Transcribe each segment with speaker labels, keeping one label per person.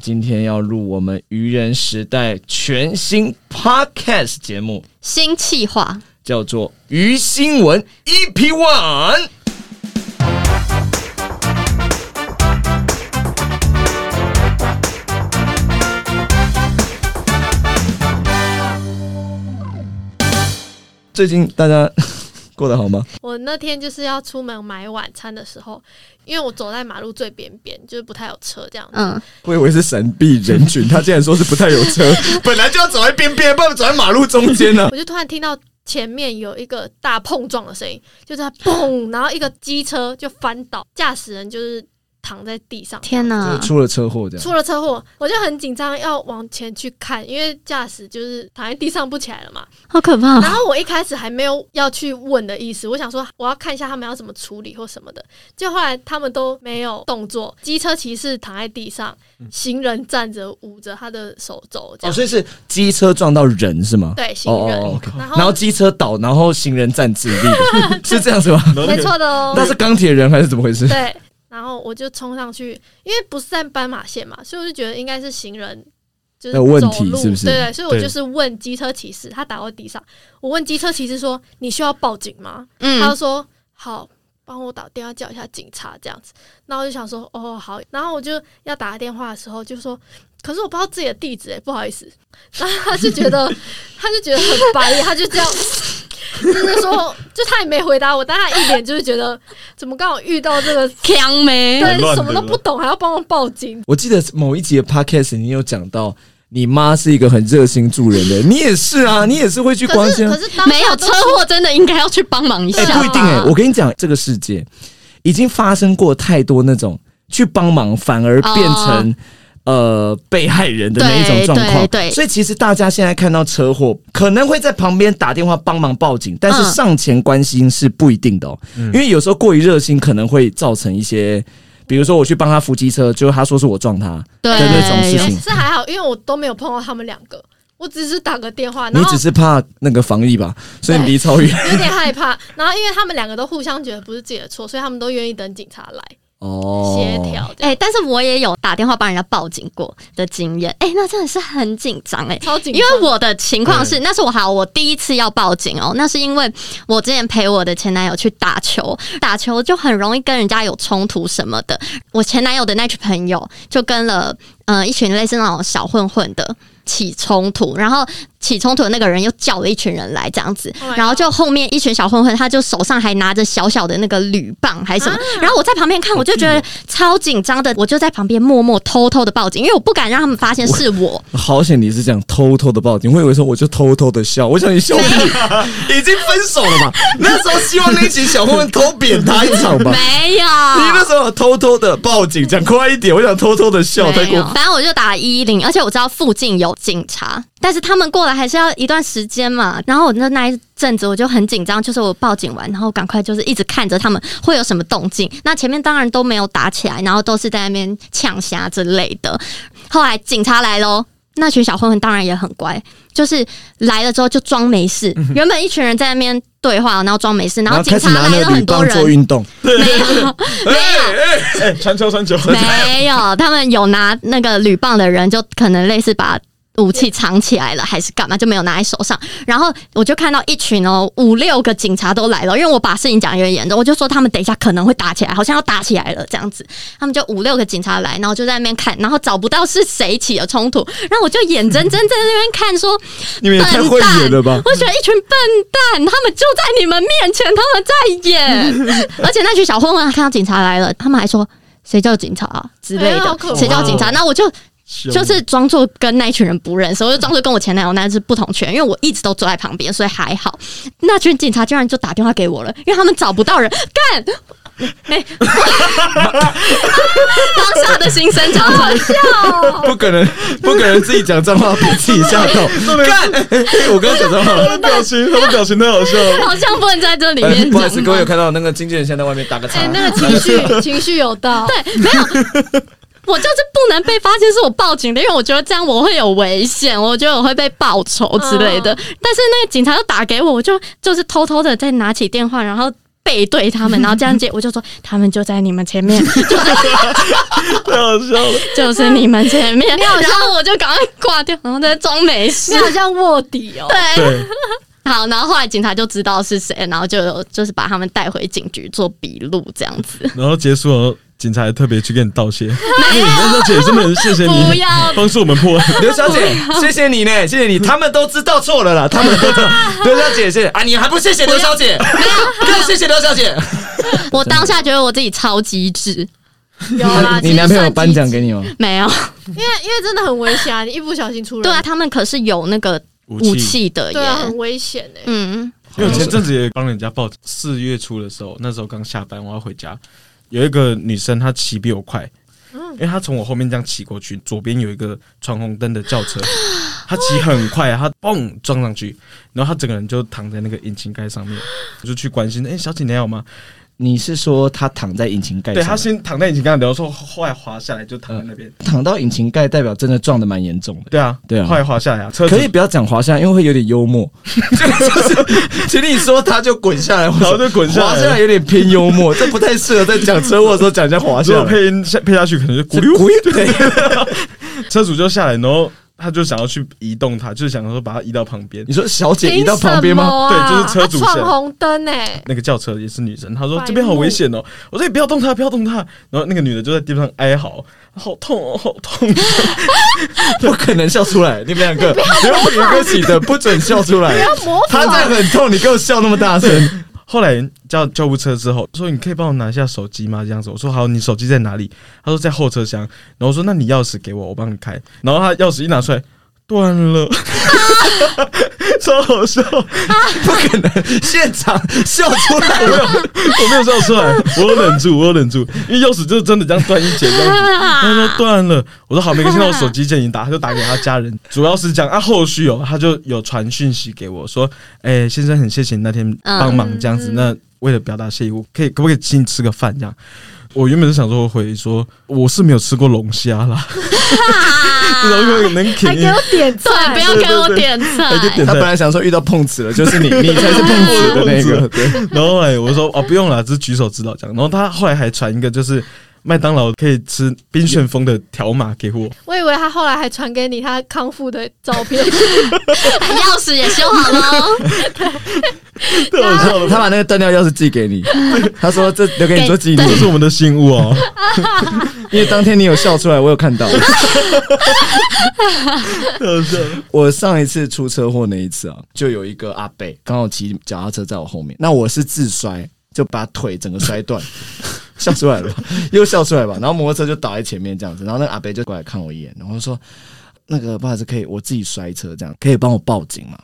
Speaker 1: 今天要录我们愚人时代全新 podcast 节目，
Speaker 2: 新气化，
Speaker 1: 叫做《鱼新闻 EP One》。最近大家过得好吗？
Speaker 3: 我那天就是要出门买晚餐的时候，因为我走在马路最边边，就是不太有车这样子。
Speaker 2: 嗯，
Speaker 1: 我以为是闪避人群，他竟然说是不太有车，本来就要走在边边，不然走在马路中间呢、
Speaker 3: 我就突然听到前面有一个大碰撞的声音，就是它砰，然后一个机车就翻倒，驾驶人就是躺在地上。
Speaker 2: 天
Speaker 1: 啊。
Speaker 2: 哪
Speaker 1: 就！出了车祸这样。
Speaker 3: 出了车祸，我就很紧张，要往前去看，因为驾驶就是躺在地上不起来了嘛。
Speaker 2: 好可 怕
Speaker 3: 然！后我一开始还没有要去问的意思，我想说我要看一下他们要怎么处理或什么的，就后来他们都没有动作，机车骑士躺在地上，行人站着捂着他的手肘，
Speaker 1: 嗯
Speaker 3: 这
Speaker 1: 哦，
Speaker 3: 样、
Speaker 1: 所以是机车撞到人是吗？
Speaker 3: 对行人，
Speaker 1: 哦哦哦
Speaker 3: 然后
Speaker 1: 然后机车倒，然后行人站自立 的，是这样子吗？
Speaker 3: 没错的哦，
Speaker 1: 那是钢铁人还是怎么回事？
Speaker 3: 对，然后我就冲上去，因为不是在斑马线嘛，所以我就觉得应该是行人。就是
Speaker 1: 有问
Speaker 3: 走
Speaker 1: 题
Speaker 3: 路，
Speaker 1: 是不是
Speaker 3: 对对，所以我
Speaker 1: 对
Speaker 3: 就是问机车骑士，他打到地上，我问机车骑士说：“你需要报警吗？”他就
Speaker 2: 嗯，
Speaker 3: 说好，帮我打电话叫一下警察这样子。然后我就想说哦好，然后我就要打电话的时候就说，可是我不知道自己的地址哎、不好意思。 然后他就觉得 他就觉得很白眼，他就这样。 就是说，就他也没回答我，但他一脸就是觉得怎么刚好遇到这个，
Speaker 2: 强没？
Speaker 3: 对
Speaker 4: 很乱
Speaker 3: 什么都
Speaker 4: 对
Speaker 3: 不懂，还要帮我报警，
Speaker 1: 我记得某一集的 podcast 你有讲到，你妈是一个很热心助人的，你也是啊，你也是会去
Speaker 3: 可
Speaker 1: 关
Speaker 3: 是
Speaker 1: 心啊
Speaker 3: 可。是当
Speaker 2: 没有
Speaker 3: 下都
Speaker 2: 车祸，真的应该要去啊帮忙一
Speaker 1: 哎、
Speaker 2: 下。
Speaker 1: 不一定哎、我跟你讲，这个世界已经发生过太多那种去帮忙反而变成、呃被害人的那一种状况。
Speaker 2: 哦对对对
Speaker 1: 所以其实大家现在看到车祸，可能会在旁边打电话帮忙报警，但是
Speaker 2: 嗯
Speaker 1: 上前关心是不一定的哦，因为有时候过于热心可能会造成一些。比如说我去帮他扶机车，结果他说是我撞他，
Speaker 2: 对
Speaker 1: 的那种事
Speaker 2: 有
Speaker 1: 情
Speaker 3: 是还好，因为我都没有碰到他们两个，我只是打个电话，
Speaker 1: 你
Speaker 3: 然后
Speaker 1: 只是怕那个防疫吧，所以你离超远
Speaker 3: 有点害怕。然后因为他们两个都互相觉得不是自己的错，所以他们都愿意等警察来
Speaker 1: 哦。
Speaker 3: 协调。
Speaker 2: 哎、
Speaker 3: 哎，
Speaker 2: 但是我也有打电话帮人家报警过的经验，哎、那真的是很紧张哎，
Speaker 3: 超紧
Speaker 2: 因
Speaker 3: 张，
Speaker 2: 为我的情况是，那是我好，我第一次要报警哦。那是因为我之前陪我的前男友去打球，打球就很容易跟人家有冲突什么的。我前男友的那群朋友就跟了呃一群类似那种小混混的起冲突，然后起冲突的那个人又叫了一群人来这样子
Speaker 3: Oh my，God
Speaker 2: 然后就后面一群小混混，他就手上还拿着小小的那个铝棒还是
Speaker 3: 啊
Speaker 2: 什么，然后我在旁边看，我就觉
Speaker 1: 哦
Speaker 2: 得超紧张的，我就在旁边默默偷偷的报警，因为我不敢让他们发现是我。
Speaker 1: 好险你是讲偷偷的报警，我以为说我就偷偷的笑，我想你笑 屁，已经分手了吧？那时候希望那群小混混偷扁他一场吧。
Speaker 2: 没有，
Speaker 1: 你那时候有偷偷的报警，讲快一点，我想偷偷的笑太
Speaker 2: 没
Speaker 1: 过哎
Speaker 2: 有，
Speaker 1: 分。
Speaker 2: 反正我就打一一零，而且我知道附近有警察，但是他们过来还是要一段时间嘛。然后我那那一阵子我就很紧张，就是我报警完，然后赶快就是一直看着他们会有什么动静。那前面当然都没有打起来，然后都是在那边呛虾之类的。后来警察来 喽。那群小混混当然也很乖，就是来了之后就装 没事。原本一群人在那边对话，然后装没事，然后警
Speaker 1: 开始
Speaker 2: 察
Speaker 1: 拿
Speaker 2: 来
Speaker 1: 那
Speaker 2: 了
Speaker 1: 个铝
Speaker 2: 很多
Speaker 1: 棒
Speaker 2: 人
Speaker 1: 做，运动，
Speaker 2: 没有没有，
Speaker 4: 哎，传球传球，
Speaker 2: 没有，他们有拿那个铝棒的人，就可能类似把。武器藏起来了还是干嘛，就没有拿在手上。然后我就看到一群哦五六个警察都来了，因为我把事情讲得有点严重，我就说他们等一下可能会打起来，好像要打起来了这样子。他们就五六个警察来，然后就在那边看，然后找不到是谁起了冲突， 然后我就眼睁睁在那边看说，
Speaker 1: 你们也太会演了吧？
Speaker 2: 我觉得一群笨蛋，他们就在你们面前，他们 在演。而且那群小混混看到警察来了，他们还说谁叫警察、啊、之类
Speaker 3: 哎呀好
Speaker 2: 的
Speaker 3: 可，怕
Speaker 2: 谁叫警察？那我就就
Speaker 4: 就是
Speaker 2: 装作跟那一群人不认识，我就装作跟我前男友那是不同群，因为我一直都坐在旁边，所以还好。那群警察居然就打电话给我了，因为他们找不到人，干。 哎，当下的心声讲出来，
Speaker 3: 哦
Speaker 1: 不可能，不可能自己讲脏话被自己吓 到。干，哎我刚刚讲脏话
Speaker 4: 他
Speaker 1: 了。
Speaker 4: 的表情，他的表情太好笑了。
Speaker 2: 好像不能在这里面
Speaker 1: 呃
Speaker 2: 讲。
Speaker 1: 不好意思，各位有看到那个经纪人现在在外面打个叉
Speaker 3: 哎、。那个 情绪情绪有到，对，
Speaker 2: 我就是不能被发现是我报警的，因为我觉得这样我会有危险，我觉得我会被报嗯仇之类的。但是那个警察又打给我，我就就是偷偷的再拿起电话，然后背对他们，然后这样接，我就说他们就在你们前 面，
Speaker 4: 太好笑了。
Speaker 2: 就是你们前面，
Speaker 3: 你好像
Speaker 2: 然后我就赶快挂掉，然后在装没事
Speaker 3: 你。好像卧底哦。
Speaker 2: 对，
Speaker 4: 对，
Speaker 2: 好，然后后来警察就知道是谁，然后就有就是把他们带回警局做笔录这样子。
Speaker 4: 然后结束了，警察还特别去跟你道谢，因为你那小姐真的很谢谢
Speaker 2: 不
Speaker 4: 你
Speaker 2: 要
Speaker 4: 帮助我们破案。
Speaker 1: 刘小姐，谢谢你呢，谢谢你，他们都知道错了 啦，他们都知道。刘小姐，谢谢啊，你还不谢谢刘小姐？更谢谢刘小姐。
Speaker 2: 我当下觉得我自己超机智，
Speaker 3: 有啦，
Speaker 1: 你男朋友颁奖给你吗？
Speaker 2: 没有。
Speaker 3: 其实算积极，因为因为真的很危险啊，你一不小心出人
Speaker 2: 对啊，他们可是有那个武器的耶。
Speaker 3: 对啊，很危险哎、
Speaker 2: 嗯，
Speaker 4: 因为我前阵子也帮人家报，四月初的时候，那时候刚下班，我要回家，有一个女生她骑比我快，
Speaker 2: 嗯
Speaker 4: 因为她从我后面这样骑过去，左边有一个闯红灯的轿车， 她骑很快啊，她嘣撞上去，然后她整个人就躺在那个引擎盖上面，我就去关心，哎、小姐你还好吗？
Speaker 1: 你是说他躺在引擎盖
Speaker 4: 对
Speaker 1: 上？
Speaker 4: 她先躺在引擎盖，然后说后来滑下来就躺在那边，
Speaker 1: 躺到引擎盖，代表真的撞的蛮严重的。
Speaker 4: 对啊，
Speaker 1: 对啊
Speaker 4: 后来滑下来啊，车子
Speaker 1: 可以不要讲滑下来，因为会有点幽 默。就是，请你说他就滚下来，然
Speaker 4: 然后就滚下来
Speaker 1: 滑下来有点偏幽默，这不太适合在讲车祸的时候讲一下滑
Speaker 4: 如
Speaker 1: 下
Speaker 4: 果
Speaker 1: 来。
Speaker 4: 配音下配下去，可能就咕溜
Speaker 1: 是咕溜 对
Speaker 4: 车主就下来，然后他就想要去移动它，就是想说把它移到旁边
Speaker 1: 你。说小姐移
Speaker 3: 凭
Speaker 1: 到旁边
Speaker 3: 什
Speaker 1: 吗？
Speaker 3: 么啊
Speaker 4: 对就是车主
Speaker 3: 他
Speaker 4: 线
Speaker 3: 闯红灯哎、
Speaker 4: 那个轿车也是女生，她说
Speaker 3: 白目
Speaker 4: 这边好危险哦，我说你不要动她，不要动她。然后那个女的就在地上哀嚎，好痛哦，好痛！
Speaker 1: 不可能笑出来，你们两 个，刘品跟喜的不准笑出来。
Speaker 3: 模
Speaker 1: 他在很痛，你给我笑那么大声，
Speaker 4: 后来叫救护车之后，说你可以帮我拿一下手机吗？这样子，我说好，你手机在哪里？她说在后车厢。然后我说那你钥匙给我，我帮你开。然后她钥匙一拿出来，断了， 超好笑。
Speaker 1: 不可能现场笑出 来了。
Speaker 4: 我没有笑出来，我有忍住，我有忍住，因为钥匙就是真的这样断一截这样子，他说断了，我说好，没关系，那我手机借你打，他就打给他家人，主要是这样啊，后续哦，他就有传讯息给我说，哎、先生很谢谢你那天帮忙这样子，
Speaker 3: 嗯
Speaker 4: 那为了表达谢意，我可以可不可以请你吃个饭这样？我原本是想说回说 我是没有吃过龙虾啦， 然后又能
Speaker 3: 还
Speaker 4: 舔一
Speaker 3: 给我点
Speaker 2: 对，哎
Speaker 3: 赞，
Speaker 2: 不要给我点
Speaker 4: 还给
Speaker 2: 菜。
Speaker 4: 点
Speaker 1: 他本
Speaker 4: 赞，
Speaker 1: 来想说遇到碰瓷了，就是你，你才是碰瓷的那个。 对，
Speaker 4: 然后后来我说哦不用啦，只是举手指导这样。然后他后来还传一个就是麦当劳可以吃冰旋风的条码给我，
Speaker 3: 我以为他后来还传给你他康复的照 片，
Speaker 2: 钥匙也修好喽，
Speaker 4: 太好笑了。
Speaker 1: 他把那个断掉钥匙寄给 你，他说这留给你做纪
Speaker 4: 这
Speaker 1: 念，
Speaker 4: 是我们的新物哦，
Speaker 1: 因为当天你有笑出来，我有看到。
Speaker 4: 太好笑了。
Speaker 1: 我上一次出车祸那一次啊，就有一个阿伯刚好骑脚踏车在我后面，那我是自摔，就把腿整个摔断， 笑出来了吧， 又笑出来吧。然后摩托车就倒在前面这样子，然后那个阿伯就过来看我一眼，然后说：“那个不好意思，可以我自己摔车这样，可以帮我报警吗？”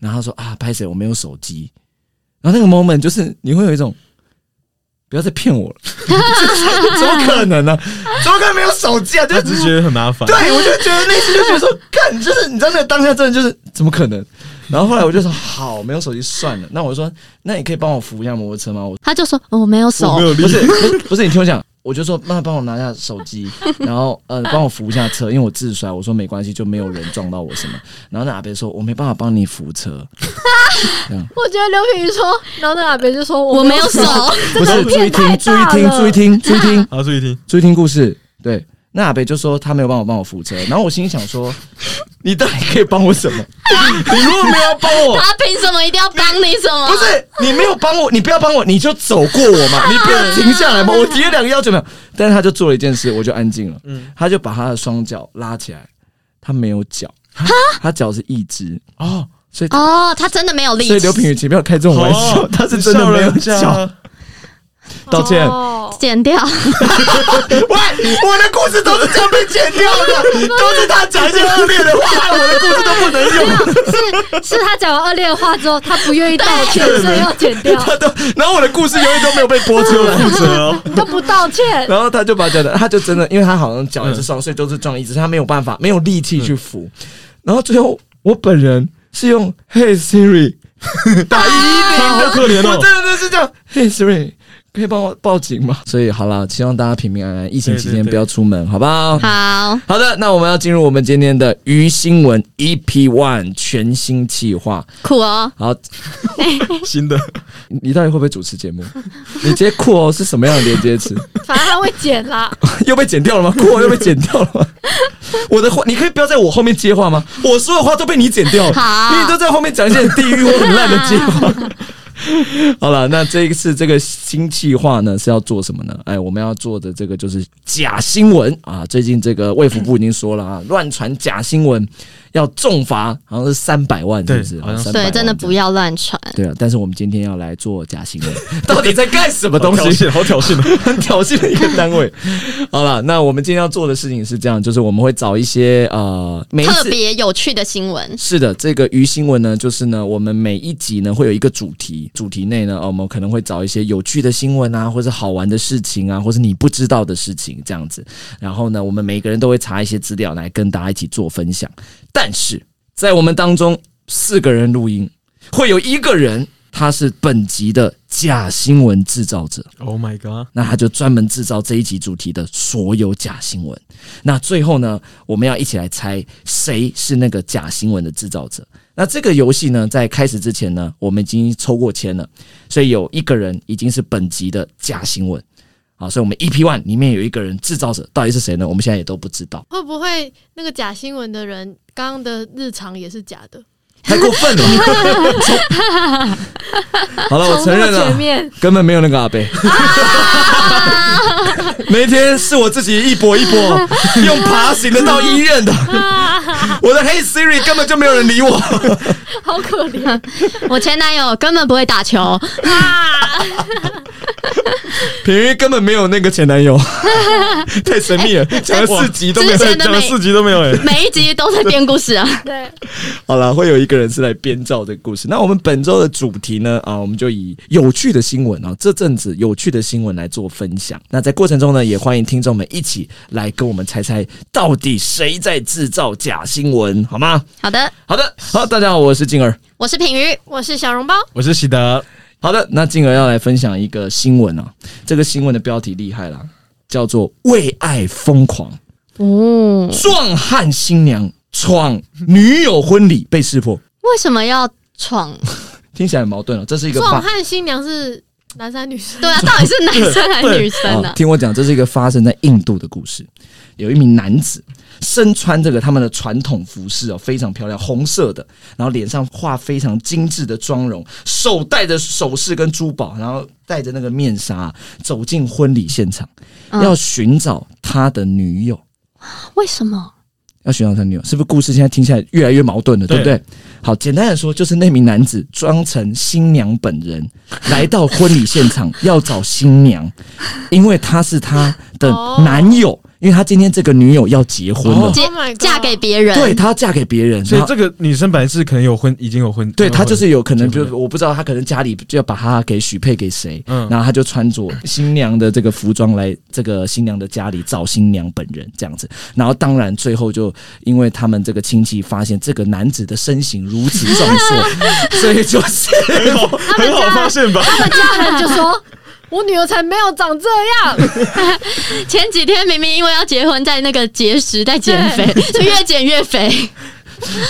Speaker 1: 然后他说：“啊，拍谁？我没有手机。”然后那个 moment 就是你会有一种。不要再骗我了！ 怎么可能呢、怎么可能没有手机啊？就
Speaker 4: 他只是觉得很麻烦，
Speaker 1: 对，我就觉得那次就觉得说，干，就是你知道那个当下真的就是怎么可能？然后后来我就说好，没有手机算了。那我说，那你可以帮我扶一下摩托车吗？我
Speaker 2: 他就说哦我没有
Speaker 4: 我
Speaker 2: 手
Speaker 4: 没，有力
Speaker 1: 不。是不是不是，你听我讲，我就说那帮我拿下手机，然后呃帮我扶一下车，因为我自摔。我说没关系，就没有人撞到我什么。然后那阿伯说，我没办法帮你扶车，
Speaker 3: 我觉得刘品瑜说，然后那阿伯就说
Speaker 2: 我没有手
Speaker 3: 手，，
Speaker 1: 不是注意听，注意听，注意听，注意听。
Speaker 4: 好，注意听，
Speaker 1: 注意听故事。对，那阿北就说他没有办法帮我扶车，然后我心里想说，你到底可以帮我什么？ 你如果没有要帮我，
Speaker 2: 他凭什么一定要帮你什么
Speaker 1: 不？是你没有帮我，你不要帮我，你就走过我嘛，你不要停下来嘛。我提了两个要求没有，但是他就做了一件事，我就安静了。
Speaker 4: 嗯
Speaker 1: 他就把他的双脚拉起来，他没有脚，他脚是一只，
Speaker 4: 哦，
Speaker 1: 所以。
Speaker 2: 哦，他真的没有力
Speaker 1: 所以
Speaker 2: 气
Speaker 1: 刘。品宇，请不要开这种玩笑，
Speaker 4: 好
Speaker 1: 他是真的没有
Speaker 4: 哦你笑人
Speaker 1: 脚。
Speaker 4: 家
Speaker 1: 道歉
Speaker 3: 哦
Speaker 2: 剪掉，
Speaker 1: 喂，我的故事都是这样被剪掉的，都是他讲一些恶劣的话，我的故事都不能用。
Speaker 3: 是 是他讲完恶劣的话之后，他不愿意道歉，所以要剪掉，
Speaker 1: 他都， 然后我的故事永远都没有被播出来。
Speaker 4: 负责哦，
Speaker 3: 都不道 歉。
Speaker 1: 然后他就把脚的，他就真的，因为他好像脚也是双，所以都是撞一只，他没有办法，没有力气去扶。然后最后我本人是用 Hey Siri 打一一零
Speaker 4: 他好可怜
Speaker 1: 我
Speaker 4: 哦。
Speaker 1: 真的是这样，Hey Siri，可以帮我报警吗？所以好啦，希望大家平平安安，疫情期间
Speaker 4: 对对对
Speaker 1: 不要出门，好不好？
Speaker 2: 好，
Speaker 1: 好的，那我们要进入我们今天的鱼新闻 EP One 全新计划。
Speaker 2: 酷哦，
Speaker 1: 好，
Speaker 4: 新的，
Speaker 1: 你你到底会不会主持 节目？你直接酷哦是什么样的连接词？
Speaker 3: 反正他会剪啦。
Speaker 1: 又被剪掉 了吗？酷哦又被剪掉了吗？我的话，你可以不要在我后面接话吗？我说的话都被你剪掉了，
Speaker 2: 好
Speaker 1: 因为你都在后面讲一些很地狱或很烂的计 划。好了，那这一次这个新计划呢是要做什么呢？哎，我们要做的这个就是假新闻啊！最近这个卫福部已经说了啊，乱传假新闻要重罚，好像是三百万，是不是？
Speaker 4: 对好像是
Speaker 1: 300
Speaker 2: 对，
Speaker 1: 万
Speaker 2: 真的不要乱传。
Speaker 1: 对啊！但是我们今天要来做假新闻， 到底在干什么东
Speaker 4: 好挑
Speaker 1: 西？
Speaker 4: 衅，好挑衅哦
Speaker 1: 很挑衅的一个单 位。好了，那我们今天要做的事情是这样，就是我们会找一些呃，每一
Speaker 2: 特
Speaker 1: 次。
Speaker 2: 别有趣的新闻，
Speaker 1: 是的，这个鱼新闻呢，就是呢，我们每一集呢会有一个主题，主题内呢，呃我们可能会找一些有趣的新闻啊，或是好玩的事情啊，或是你不知道的事情啊这样子。然后呢，我们每个人都会查一些资料来跟大家一起做分享。但是在我们当中，四个人录音，会有一个人他是本集的假新闻制造者。
Speaker 4: ！Oh my god！
Speaker 1: 那他就专门制造这一集主题的所有假新闻。那最后呢，我们要一起来猜谁是那个假新闻的制造者。那这个游戏呢，在开始之前呢，我们已经抽过签了，所以有一个人已经是本集的假新闻。好，所以我们 EP One 里面有一个人制造者，到底是谁呢？我们现在也都不知道，
Speaker 3: 会不会那个假新闻的人刚刚的日常也是假的？
Speaker 1: 太过分了。 好了，我承认啊
Speaker 3: 从那么前
Speaker 1: 了，
Speaker 3: 面
Speaker 1: 根本没有那个阿贝。每天是我自己一跛一 跛，用爬行的到医院的。我的 Hey Siri 根本就没有人理我。
Speaker 3: 好可怜，
Speaker 2: 我前男友根本不会打 球，啊
Speaker 1: 平玉根本没有那个前男友， 太神秘了，讲了四集都没有
Speaker 2: 哎之。前的
Speaker 4: 讲了
Speaker 2: 每
Speaker 4: 四集都没有哎、
Speaker 2: 每一集都在编故事啊。
Speaker 3: 对，
Speaker 1: 好了，会有一个人是来编造这个故事。那我们本周的主题呢？啊，我们就以有趣的新闻啊，这阵子有趣的新闻来做分享。那在过程中呢，也欢迎听众们一起来跟我们猜猜，到底谁在制造假新闻，好吗？
Speaker 2: 好的，
Speaker 1: 好的，好，大家好，我是静儿。
Speaker 2: 我是品瑜，
Speaker 3: 我是小笼包，
Speaker 4: 我是喜德，
Speaker 1: 好的，那进而要来分享一个新闻啊，这个新闻的标题厉害啦，叫做“为爱疯狂
Speaker 2: 哦”，，
Speaker 1: 壮汉新娘闯女友婚礼被识破，
Speaker 2: 为什么要闯？
Speaker 1: 听起来很矛盾哦。这是一个
Speaker 3: 壮
Speaker 1: 发
Speaker 3: 汉新娘是男生还是女 Oh 生？
Speaker 2: 对啊，到底是男生还是女生呢、
Speaker 1: 啊，听我讲，这是一个发生在印度的故事，有一名男子身穿这个他们的传统服饰哦，非常漂亮，红色的，然后脸上画非常精致的妆容，手戴着首饰跟珠宝，然后戴着那个面纱、走进婚礼现场，
Speaker 2: 嗯
Speaker 1: 要寻找他的女友。
Speaker 2: 为什么？
Speaker 1: 要寻找他女友，是不是故事现在听起来越来越矛盾了，对不对？好，简单的说，就是那名男子装成新娘本人 来到婚礼现场，要找新娘，因为他是他的男友，因为他今天这个女友要结婚了，
Speaker 4: 哦
Speaker 2: 结
Speaker 3: Oh my god
Speaker 2: 嫁给别人？
Speaker 1: 对，他要嫁给别人，
Speaker 4: 所以
Speaker 1: 然后
Speaker 4: 这个女生本来是可能有婚，已经有婚，
Speaker 1: 对他就是有可能，
Speaker 4: 结
Speaker 1: 就
Speaker 4: 婚
Speaker 1: 是我不知道他可能家里就要把他给许配给谁，
Speaker 4: 嗯
Speaker 1: 然后他就穿着新娘的这个服装来这个新娘的家里找新娘本人这样子，然后当然最后就因为他们这个亲戚发现这个男子的身形如此壮硕，所以就是
Speaker 4: 很好，很好发现吧？
Speaker 3: 他们家人就说：“我女儿才没有长这样。
Speaker 2: 前几天明明因为要结婚，在那个节食，在减肥， 就越减越肥。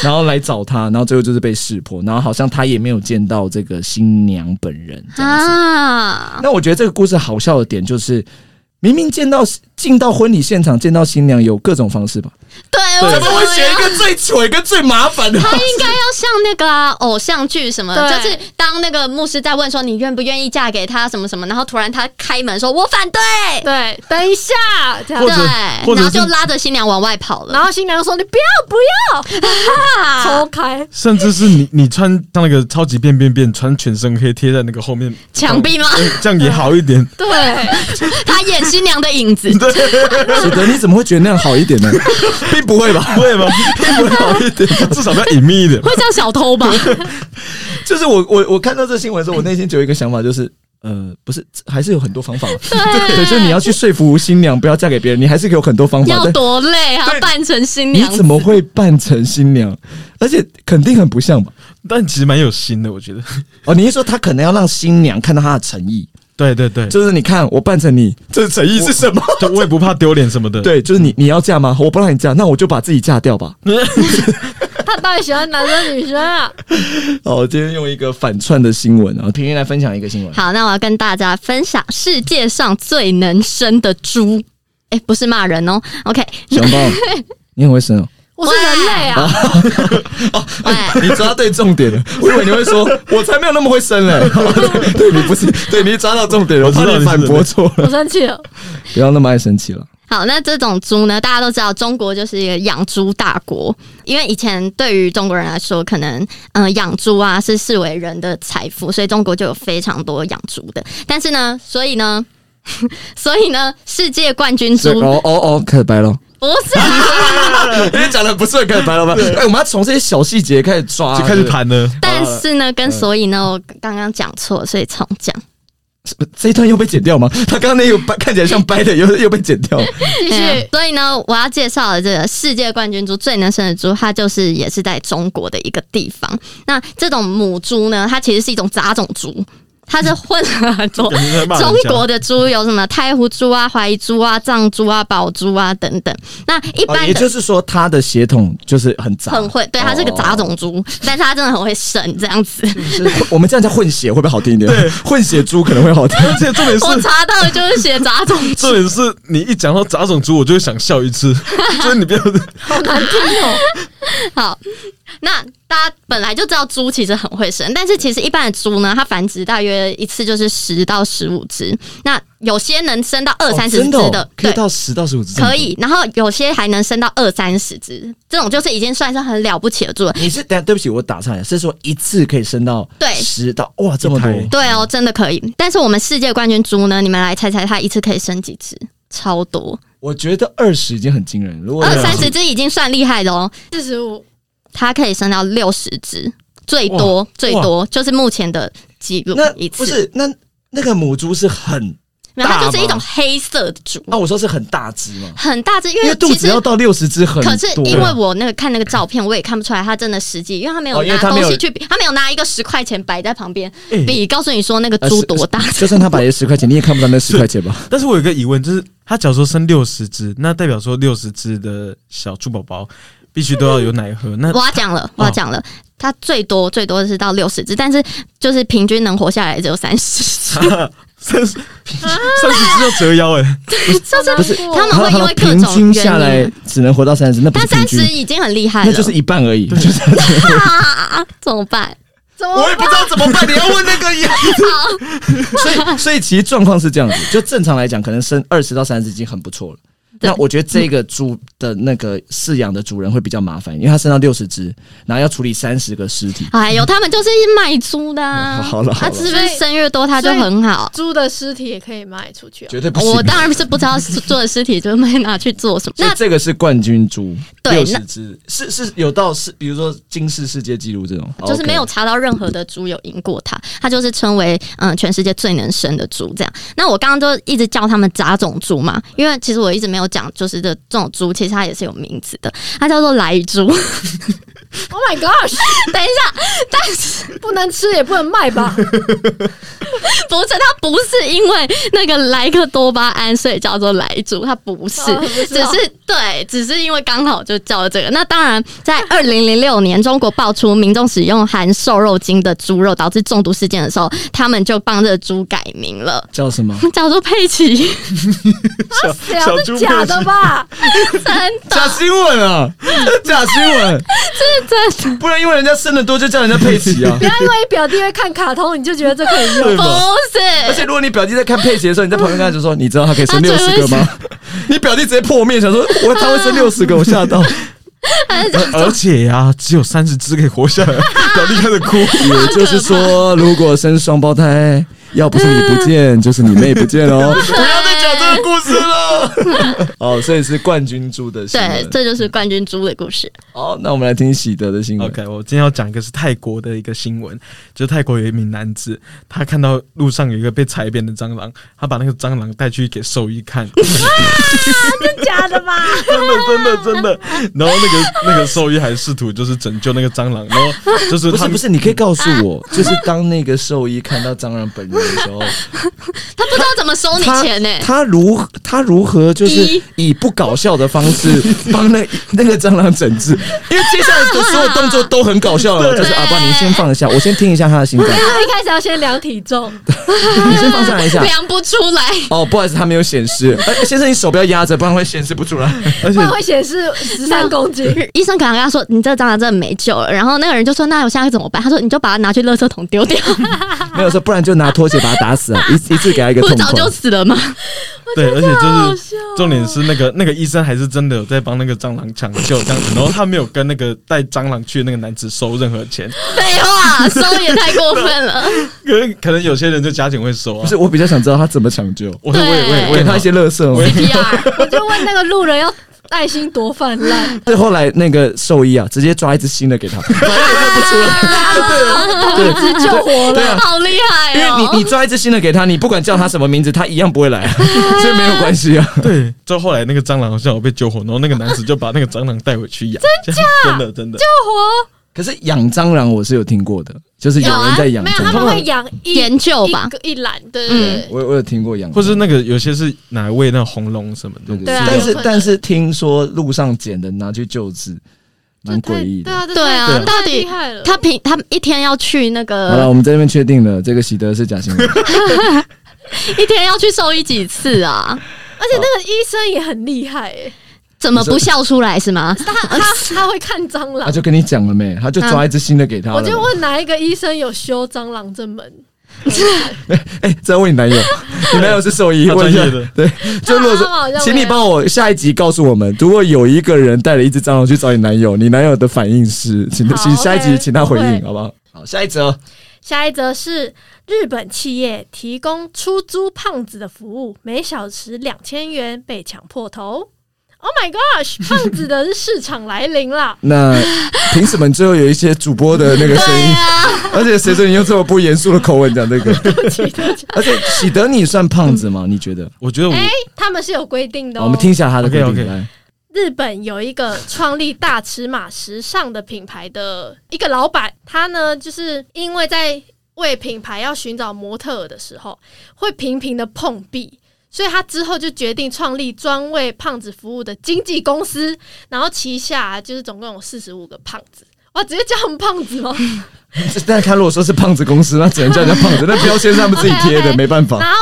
Speaker 1: 然后来找他，然后最后就是被识破，然后好像他也没有见到这个新娘本人这样子。
Speaker 2: 啊！
Speaker 1: 那我觉得这个故事好笑的点就是。明明见到进到婚礼现场见到新娘有各种方式吧，
Speaker 2: 对，我
Speaker 1: 怎么会选一个最糗跟最麻烦的方
Speaker 2: 他
Speaker 1: 式？
Speaker 2: 应该要像那个啊、偶像剧什么，
Speaker 3: 对
Speaker 2: 就是当那个牧师在问说你愿不愿意嫁给他什么什么，然后突然他开门说“我反对”，”
Speaker 3: 对，等一下，这样
Speaker 4: 或。者
Speaker 2: 对，
Speaker 4: 或者
Speaker 2: 然
Speaker 4: 是
Speaker 2: 后就拉着新娘往外跑了。
Speaker 3: 然后新娘说：“你不要，不要，
Speaker 2: 啊，
Speaker 3: 抽开。
Speaker 4: 甚至是你你穿像那个超级便便便，穿全身黑贴在那个后面
Speaker 2: 墙壁吗？
Speaker 4: 呃这样也好一点。
Speaker 3: 对，
Speaker 2: 他演新娘的影 子，
Speaker 1: 史德，你怎么会觉得那样好一点呢？ 并不会吧？
Speaker 4: 不会吗？会好一点，至少要隐秘一点。
Speaker 2: 会像小偷吧？
Speaker 1: 就是我我我看到这新闻的时候，我内心只有一个想法，就是呃，不是，还是有很多方法。对，就是你要去说服新娘不要嫁给别人，你还是有很多方法。
Speaker 2: 要
Speaker 1: 但
Speaker 2: 多累啊，还要扮成新
Speaker 1: 你
Speaker 2: 娘
Speaker 1: 怎么会扮成新娘？而且肯定很不像吧？
Speaker 4: 但其实蛮有心的，我觉得。
Speaker 1: 哦，你是说他可能要让新娘看到他的诚意？
Speaker 4: 对对对，
Speaker 1: 就是你看我扮成你，这诚意是什么？
Speaker 4: 就我也不怕丢脸什么 的。，
Speaker 1: 对，就是你你要嫁吗？我不让你嫁，那我就把自己嫁掉吧。
Speaker 3: 他到底喜欢男生女生啊？
Speaker 1: 好，哦今天用一个反串的新闻，然啊后平平来分享一个新闻。
Speaker 2: 好，那我要跟大家分享世界上最能生的猪。哎、不是骂人哦。OK，
Speaker 1: 小 猫，你很会生哦。
Speaker 3: 我是人类啊！
Speaker 2: 喂，
Speaker 1: 你抓对重点了，我以为你会说，我才没有那么会生嘞。 对你不是，对你抓到重点了，
Speaker 4: 我知道
Speaker 1: 怕反
Speaker 4: 你是
Speaker 1: 驳错
Speaker 3: 我
Speaker 1: 了，
Speaker 3: 生气了，
Speaker 1: 不要那么爱生气了。
Speaker 2: 好，那这种猪呢，大家都知道，中国就是一个养猪大国。因为以前对于中国人来说，可能嗯、呃养猪啊是视为人的财富，所以中国就有非常多养猪的。但是呢，所以呢， 所以呢，世界冠军
Speaker 1: 所
Speaker 2: 猪
Speaker 1: 以哦哦哦，开始掰 了，
Speaker 2: 不是啊，
Speaker 1: 因为讲的不顺，开始掰了吧？哎，我们要从这些小细节开始抓，
Speaker 4: 就开始谈了。
Speaker 2: 但是呢，跟所以呢，我刚刚讲错，所以重讲。
Speaker 1: 对。这一段又被剪掉吗？他刚刚那个掰看起来像掰的，又 又被剪 掉。
Speaker 3: 继
Speaker 2: 对
Speaker 3: 续
Speaker 2: 啊。所以呢，我要介绍的这个世界冠军猪最能生的猪，它就是也是在中国的一个地方。那这种母猪呢，它其实是一种杂种猪。它是混了很 多
Speaker 4: 感觉在骂人
Speaker 2: 中
Speaker 4: 家
Speaker 2: 国的猪，有什么太湖猪啊、怀猪啊、藏猪啊、宝猪啊等等。那一
Speaker 1: 哦
Speaker 2: 般
Speaker 1: 也
Speaker 2: 的
Speaker 1: 就是说，他的血统就是很杂，
Speaker 2: 很会，对，它是个杂
Speaker 1: 哦。
Speaker 2: 种猪，但是它真的很会生这样 子。
Speaker 1: 就是我们这样叫混血会不会好听一点？对，混血猪可能会好听。
Speaker 4: 而且重点
Speaker 2: 我
Speaker 4: 是，
Speaker 2: 查到的就是写杂种猪，
Speaker 4: 重点是你一讲到杂种猪，我就会想笑 一次。所以你不 要，
Speaker 3: 好难听哦！
Speaker 2: 好，那大家本来就知道猪其实很会生，但是其实一般的猪呢，它繁殖大约一次就是十到十五只，那有些能生到二三十只
Speaker 1: 真的哦可以
Speaker 2: 对。
Speaker 1: 到十到十五只，
Speaker 2: 可。以，然后有些还能生到二三十只，这种就是已经算是很了不起的猪了。
Speaker 1: 你是等下对不起，我打岔一下，是说一次可以升到
Speaker 2: 对
Speaker 1: 十到哇这么多
Speaker 4: 一台
Speaker 2: 对哦，真的可以。但是我们世界冠军猪呢？你们来猜猜，它一次可以生几只？超多，
Speaker 1: 我觉得二十已经很惊人，如果
Speaker 2: 二三十只已经算厉害的哦。
Speaker 3: 四十五，
Speaker 2: 它可以生到六十只，最多最多就是目前的记录
Speaker 1: 那
Speaker 2: 一次。
Speaker 1: 不是那那个母猪是很
Speaker 2: 没有，它就
Speaker 1: 大
Speaker 2: 是
Speaker 1: 吗
Speaker 2: 一种黑色的猪，
Speaker 1: 那、我说是很大只嘛，
Speaker 2: 很大只，因
Speaker 1: 因为
Speaker 2: 为
Speaker 1: 肚
Speaker 2: 其
Speaker 1: 子
Speaker 2: 实
Speaker 1: 要。到六十只很多。啊
Speaker 2: 可是因为我那个看那个照片，我也看不出来它真的实际，因为它没有
Speaker 1: 哦因为
Speaker 2: 拿
Speaker 1: 它没
Speaker 2: 东
Speaker 1: 有嗯
Speaker 2: 西去比，它没有拿一个十块钱摆在旁边
Speaker 4: 哎
Speaker 2: 比，告诉你说那个
Speaker 1: 呃
Speaker 2: 猪
Speaker 1: 是
Speaker 2: 多大。
Speaker 1: 就算他摆了十块钱，你也看不到那十块钱吧？
Speaker 4: 但是我有一个疑问，就是他假如说生六十只，那代表说六十只的小猪宝宝必须都要有奶喝。
Speaker 1: 呃
Speaker 4: 那
Speaker 2: 我要讲
Speaker 1: 哦
Speaker 2: 了，我要讲了，它最多最多是到六十只，但是就是平均能活下来只有三 十只，
Speaker 4: 三十三十只要折腰哎、
Speaker 2: 就是
Speaker 1: 不是
Speaker 2: 他们会因为各
Speaker 1: 平
Speaker 2: 种
Speaker 1: 均
Speaker 2: 原
Speaker 1: 下来
Speaker 2: 因，
Speaker 1: 只能活到三十，那不
Speaker 2: 但
Speaker 1: 是平
Speaker 2: 三十
Speaker 1: 均，
Speaker 2: 已经很厉害
Speaker 1: 那
Speaker 2: 了，
Speaker 1: 就是一半而已。就是
Speaker 2: 啊，怎么办？
Speaker 3: 怎么
Speaker 1: 我也不知道怎么办，你要问那个呀。 所 以，所以其实状况是这样子，就正常来讲，可能生二十到三十已经很不错了。
Speaker 2: 对
Speaker 1: 那我觉得这个猪的那个饲养的主人会比较麻烦，因为他生到六十只，然后要处理三十个尸体。
Speaker 2: 哎呦，他们就是卖猪的、啊，
Speaker 1: 哦好了好
Speaker 2: 他
Speaker 1: 了
Speaker 2: 是不是生越多他就很好？
Speaker 3: 猪的尸体也可以卖出去、啊，
Speaker 1: 绝对不行。
Speaker 2: 我当然是不知道是做的尸体就会拿去做什么。
Speaker 1: 所以
Speaker 2: 那
Speaker 1: 这个是冠军猪，
Speaker 2: 对
Speaker 1: 六
Speaker 2: 那
Speaker 1: 十只是是有到是，比如说金氏世界纪录这种，
Speaker 2: 就是没有
Speaker 1: OK
Speaker 2: 查到任何的猪有赢过它，它就是称为嗯、呃全世界最能生的猪这样。那我刚刚都一直叫它们杂种猪嘛，因为其实我一直没有讲，就是的这种猪其实它也是有名字的，它叫做莱猪。
Speaker 3: Oh my gosh！
Speaker 2: 等一下，
Speaker 3: 不能吃也不能卖吧？
Speaker 2: 不是它不是因为那个莱克多巴胺所以叫做莱猪，它不是。
Speaker 3: 啊不是
Speaker 2: 只
Speaker 3: 哦
Speaker 2: 是对，只是因为刚好就叫了这个。那当然，在二零零六年，中国爆出民众使用含瘦肉精的猪肉导致中毒事件的时候，他们就帮这个猪改名了，
Speaker 1: 叫什 么？
Speaker 2: 叫做佩 奇。
Speaker 3: 对啊，这
Speaker 4: 猪
Speaker 3: 假的吧？
Speaker 2: 真的，
Speaker 1: 假新闻啊！ 假新闻，
Speaker 2: 这真的
Speaker 1: 不然因为人家生的多就叫人家佩奇啊
Speaker 3: 不。要因为表弟会看卡通，你就觉得这可 以用。
Speaker 2: 不
Speaker 4: 对吧？
Speaker 1: 而且
Speaker 2: 是。
Speaker 1: 如果你表弟在看佩奇的时候，你在旁边跟他就说：“你知道他可以生
Speaker 2: 他
Speaker 1: 六
Speaker 2: 觉
Speaker 1: 十
Speaker 2: 得
Speaker 1: 个吗？” 你表弟直接破灭，想说：“我他会生六十个，我吓到。
Speaker 4: 而且呀、只有三十只可以 活下来，表弟开始哭。”
Speaker 1: 也就是说，如果生双胞胎，要不是你不见，就是你妹不见 哦。不要再讲这个故事了。 哦，所以是冠军猪的新
Speaker 2: 对
Speaker 1: 闻，。
Speaker 2: 这就是冠军猪的故事。
Speaker 1: 好，那我们来听喜德的新闻。
Speaker 4: OK，我今天要讲一个是泰国的一个新闻，就是泰国有一名男子，他看到路上有一个被踩扁的蟑螂，他把那个蟑螂带去给兽医 看，
Speaker 3: 假的 吧？
Speaker 4: 真的真的真的。然后那个那个兽医还试图就是拯救那个蟑螂，然后就是
Speaker 1: 不
Speaker 4: 他
Speaker 1: 是
Speaker 4: 们
Speaker 1: 不是，你可以告诉我，就是当那个兽医看到蟑螂本人的时候，
Speaker 2: 他不知道怎么收你钱呢、
Speaker 1: 他如何他如何就是
Speaker 2: 一
Speaker 1: 以不搞笑的方式 帮那那个蟑螂整治？因为接下来的所有动作都很搞笑了，就是阿爸，你先放一下，我先听一下他的心脏，
Speaker 3: 他一开始要先量体重，
Speaker 1: 你先放下来一下。
Speaker 2: 量不出来，
Speaker 1: 哦，不好意思，他没有显示。哎，先生，你手不要压着，不然会显示不出 来。
Speaker 4: 而且
Speaker 3: 不然会显示十三公斤。
Speaker 2: 医生可能跟他说你这个蟑螂真的没救了，然后那个人就说那我现在怎么办？他说你就把它拿去垃圾桶丢掉，
Speaker 1: 没有说，不然就拿拖鞋把他打死啊！一一次给他一个
Speaker 2: 不是
Speaker 1: 痛
Speaker 2: 早
Speaker 1: 快
Speaker 2: 就。死了吗？
Speaker 4: 对，而且
Speaker 3: 好
Speaker 4: 就
Speaker 3: 笑哦
Speaker 4: 是重点是那个那个医生还是真的有在帮那个蟑螂抢救这 样子，然后他没有跟那个带蟑螂去的那个男子收任何钱，
Speaker 2: 废话，收也太过分了。
Speaker 4: 可能可能有些人就家庭会收
Speaker 1: 不
Speaker 4: 啊
Speaker 1: 是，，我比较想知道他怎么抢救，
Speaker 4: 我也我也我也我
Speaker 1: 给
Speaker 4: 也
Speaker 1: 他一些乐色吗？
Speaker 2: PR
Speaker 3: 我就问那个路人要爱心多泛 滥，
Speaker 1: 对，后来那个兽医啊，直接抓一只新的给 他，反正也认不出来，对对，
Speaker 3: 救 活
Speaker 1: 对
Speaker 3: 了。
Speaker 1: 啊。
Speaker 2: 好厉
Speaker 1: 因
Speaker 2: 害
Speaker 1: 为
Speaker 3: 哎
Speaker 2: 哦！
Speaker 1: 你你抓一只新的给他，你不管叫他什么名字，他一样不会来 啊，所以没有关系啊。
Speaker 4: 对，就后来那个蟑螂好像有被救活，然后那个男子就把那个蟑螂带回去养，真假？真的真的，
Speaker 1: 可是养蟑螂我是有听过的，就是有人在养啊
Speaker 3: 没有，
Speaker 1: 蟑
Speaker 3: 他们
Speaker 1: 螂，
Speaker 3: 会养一
Speaker 2: 研究吧
Speaker 3: 一个一篮，对对对，
Speaker 1: 我我有听过养，
Speaker 4: 或是那个有些是哪喂那红龙什么
Speaker 1: 对
Speaker 4: 的，
Speaker 1: 对
Speaker 3: 对啊
Speaker 1: 但
Speaker 3: 有
Speaker 1: 是
Speaker 3: 可能
Speaker 1: 但是听说路上捡的拿去救治，
Speaker 3: 这
Speaker 1: 蛮
Speaker 3: 太
Speaker 1: 诡异
Speaker 3: 对
Speaker 1: 的。
Speaker 3: 啊，这
Speaker 2: 对啊
Speaker 3: 太这
Speaker 2: 到
Speaker 3: 太
Speaker 2: 底
Speaker 3: 厉害了，
Speaker 2: 他平他一天要去那
Speaker 1: 好了，
Speaker 2: 个
Speaker 1: 我们在这边确定了，这个喜德是假新 闻。
Speaker 2: 一天要去兽医几次啊？
Speaker 3: 而且那个医生也很厉害诶，
Speaker 2: 怎么不笑出来是吗？
Speaker 3: 他他他会看蟑
Speaker 1: 他
Speaker 3: 螂，
Speaker 1: 啊就跟你讲了没？他就抓一只新的给他
Speaker 3: 嗯我
Speaker 1: 了嘛。
Speaker 3: 就问哪一个医生有修蟑螂这门？
Speaker 1: 哎，再问你男友， 你男友是兽医，
Speaker 4: 他
Speaker 1: 问
Speaker 4: 专
Speaker 1: 一下
Speaker 4: 业。的，
Speaker 1: 对，就如果
Speaker 3: 他好
Speaker 1: 说，
Speaker 3: 像没有
Speaker 1: 请你帮我下一集告诉我们，如果有一个人带了一只蟑螂去找你男友，你男友的反应是，请
Speaker 3: 好
Speaker 1: 请下一集
Speaker 3: OK，
Speaker 1: 请他回应，
Speaker 3: 会
Speaker 1: 好不好？好，下一则，
Speaker 3: 下一则是日本企业提供出租胖子的服务，每小时两千元，被抢破头。Oh my gosh！胖子的市场来临啦！
Speaker 1: 那凭什么最后有一些主播的那个声音？而且谁准你用这么不严肃的口吻讲这 个？而且喜德，你算胖子吗？你觉得？
Speaker 4: 我觉得我
Speaker 3: 哎、他们是有规定的、哦。
Speaker 1: 好我们听一下他的规定
Speaker 4: OK，OK
Speaker 1: 来
Speaker 3: 日本有一个创立大尺码时尚的品牌的一个老板，他呢就是因为在为品牌要寻找模特儿的时候，会频频的碰壁。所以他之后就决定创立专为胖子服务的经纪公司，然后旗下就是总共有四十五个胖子。哇，直接叫他们胖子吗？
Speaker 1: 但他如果说是胖子公司，那只能叫人家胖子，那标签是他们自己贴的，
Speaker 3: OK，OK
Speaker 1: 没办法。
Speaker 3: 然后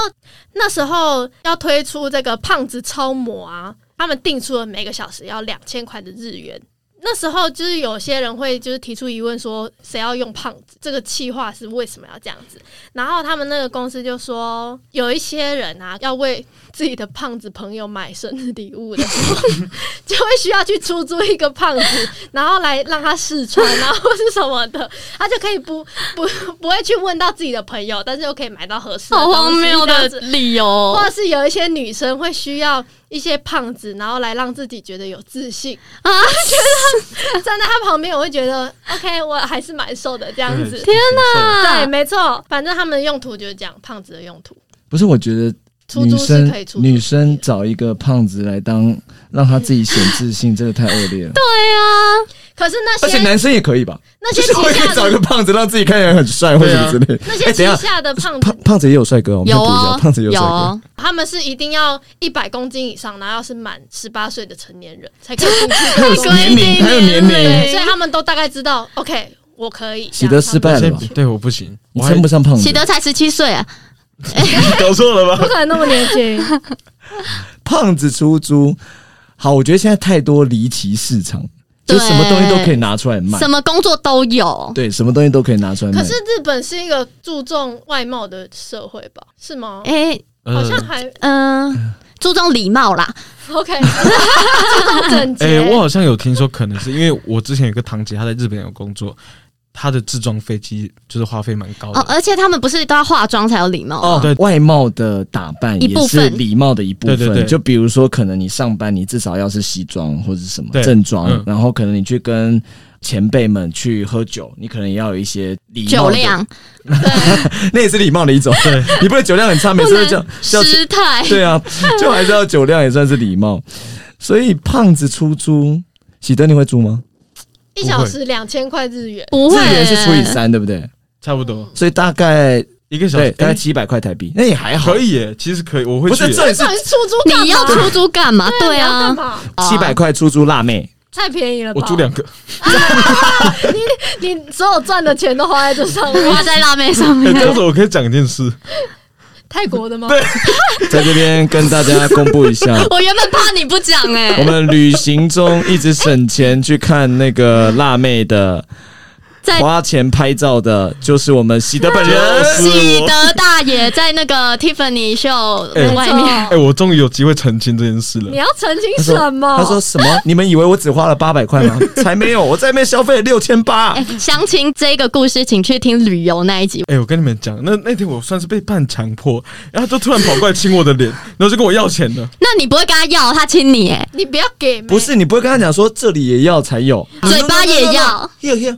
Speaker 3: 那时候要推出这个胖子超模啊，他们定出了每个小时要两千块的日元。那时候就是有些人会就是提出疑问说，谁要用胖子？这个企划是为什么要这样子？然后他们那个公司就说，有一些人啊要为自己的胖子朋友买生日礼物的 时候，就会需要去出租一个胖子，然后来让他试穿，然后是什么的，他就可以不不不会去问到自己的朋友，但是又可以买到合适的
Speaker 2: 好
Speaker 3: 东西。
Speaker 2: 荒谬
Speaker 3: 这
Speaker 2: 的
Speaker 3: 样子
Speaker 2: 理由
Speaker 3: 或者是有一些女生会需要一些胖子，然后来让自己觉得有自 信。
Speaker 2: 啊！
Speaker 3: 站在他旁边，我会觉得 OK，我还是蛮瘦的这样子。
Speaker 4: 天哪，
Speaker 3: 对，没错，反正他们的用途就是这样，胖子的用途。
Speaker 1: 不是，我觉得
Speaker 3: 出
Speaker 1: 女
Speaker 3: 租
Speaker 1: 生
Speaker 3: 是可以出租
Speaker 1: 女生找一个胖子来当，让她自己显自信，这个太恶劣了。对，
Speaker 3: 可是那
Speaker 1: 而且
Speaker 3: 些
Speaker 1: 男生也可以吧？
Speaker 3: 那
Speaker 1: 就
Speaker 3: 些
Speaker 1: 是我也可
Speaker 3: 旗
Speaker 1: 以找
Speaker 3: 下
Speaker 1: 一个
Speaker 3: 的啊
Speaker 1: 胖子，让自己看起来很帅或者什么之类的。
Speaker 3: 那
Speaker 1: 哎等
Speaker 3: 些
Speaker 1: 一
Speaker 3: 旗
Speaker 1: 下
Speaker 3: 下的胖子
Speaker 1: 胖，胖子也有帅哥哦，我们
Speaker 2: 有
Speaker 1: 再
Speaker 3: 啊
Speaker 1: 补一下，
Speaker 2: 哦，
Speaker 1: 胖子也有
Speaker 2: 有
Speaker 1: 帅哥。
Speaker 2: 哦，
Speaker 3: 他们是一定要一百公斤以上，然后要是满十八岁的成年人才可以进去
Speaker 1: 还有
Speaker 3: 对
Speaker 1: 年龄，还有年龄，
Speaker 3: 对，所以他们都大概知道 OK，我可以。
Speaker 1: 喜得失败
Speaker 4: 我
Speaker 1: 了
Speaker 4: 先
Speaker 1: 吧？
Speaker 4: 对我不行，
Speaker 1: 你
Speaker 4: 我还
Speaker 1: 称不上胖子
Speaker 2: 喜，德才十七岁啊，
Speaker 4: 搞错了
Speaker 3: 不
Speaker 4: 吧？
Speaker 3: 可能那么 年轻，
Speaker 1: 胖子出租。好，我觉得现在太多离奇市场，就
Speaker 2: 对
Speaker 1: 什么东西都可以拿出来嗯卖
Speaker 2: 什。么工作都有。
Speaker 1: 对，什么东西都可以拿出来卖。
Speaker 3: 可是日本是一个注重外貌的社会吧？是吗？
Speaker 2: 哎，
Speaker 3: 好
Speaker 4: 呃
Speaker 3: 像还
Speaker 2: 嗯、注重礼貌啦，
Speaker 3: OK，注重 整洁。
Speaker 4: 哎、我好像有听说，可能是因为我之前有个堂姐，她在日本有工作，她的自装飞机就是花费蛮高的。
Speaker 2: 哦，而且他们不是都要化妆才有礼貌吗？
Speaker 1: 哦
Speaker 4: 对，
Speaker 1: 外貌的打扮
Speaker 2: 一
Speaker 1: 也
Speaker 2: 部
Speaker 1: 是
Speaker 2: 分
Speaker 1: 礼貌的一部分。
Speaker 4: 对对对
Speaker 1: 就比如说，可能你上班，你至少要是西装或者是什么
Speaker 4: 对
Speaker 1: 正装，
Speaker 4: 嗯
Speaker 1: 然后可能你去跟前辈们去喝酒，你可能也要有一些礼貌
Speaker 2: 酒
Speaker 1: 的，
Speaker 2: 量、
Speaker 1: 那也是礼貌的一种。对， 你不能酒量很差，每次都叫叫
Speaker 2: 失态，
Speaker 1: 对啊，就还是要酒量也算是礼貌。所以胖子出租，喜德你会租吗？
Speaker 3: 一小时两千块日元，
Speaker 2: 不
Speaker 1: 日
Speaker 2: 会、
Speaker 1: 元是除以三，对不对？
Speaker 4: 差不多
Speaker 1: 所以大概
Speaker 4: 一一个小
Speaker 1: 对，
Speaker 4: 时，
Speaker 1: 大概
Speaker 4: 哎
Speaker 1: 七百块台币，那也还好
Speaker 4: 可，以耶，其实可以，我会
Speaker 1: 不
Speaker 4: 去
Speaker 1: 是
Speaker 4: 耶。
Speaker 1: 这也是
Speaker 3: 到底是出租干嘛？
Speaker 2: 你要出租干嘛？对
Speaker 3: 你要干
Speaker 2: 啊，
Speaker 3: 嘛？
Speaker 1: 七百块出租辣妹，
Speaker 3: 太便宜了吧！
Speaker 4: 我租两个，
Speaker 3: 你你所有赚的钱都花在这 上
Speaker 2: 花
Speaker 3: 面，
Speaker 2: 在辣妹上
Speaker 4: 哎，
Speaker 2: 面
Speaker 4: 这。样子我可以讲一件事，
Speaker 3: 泰国的吗？
Speaker 4: 对
Speaker 1: 在这边跟大家公布一下，
Speaker 2: 我原本怕你不讲哎、
Speaker 1: 我们旅行中一直省钱去看那个辣妹的，
Speaker 2: 在
Speaker 1: 花钱拍照的，就是我们喜德本 人，
Speaker 2: 喜德大爷在那个 Tiffany 秀
Speaker 4: 哎
Speaker 2: 外面，
Speaker 4: 哎，我终于有机会澄清这件事
Speaker 3: 你
Speaker 4: 了。
Speaker 3: 要澄清
Speaker 1: 他说
Speaker 3: 什么？
Speaker 1: 他说什么？你们以为我只花了八百块 吗？才没有，我在那边消费了六千八。
Speaker 2: 哎，详情这个故事，请去听旅游那一集。
Speaker 4: 哎，我跟你们讲，那那天我算是被半强迫，然后他就突然跑过来亲我的脸，然后就跟我要钱了。
Speaker 2: 那你不会跟他要，他亲你哎、
Speaker 3: 你不要给，
Speaker 1: 不是，你不会跟他讲说这里也要才有，
Speaker 2: 嘴巴也要。
Speaker 1: here here，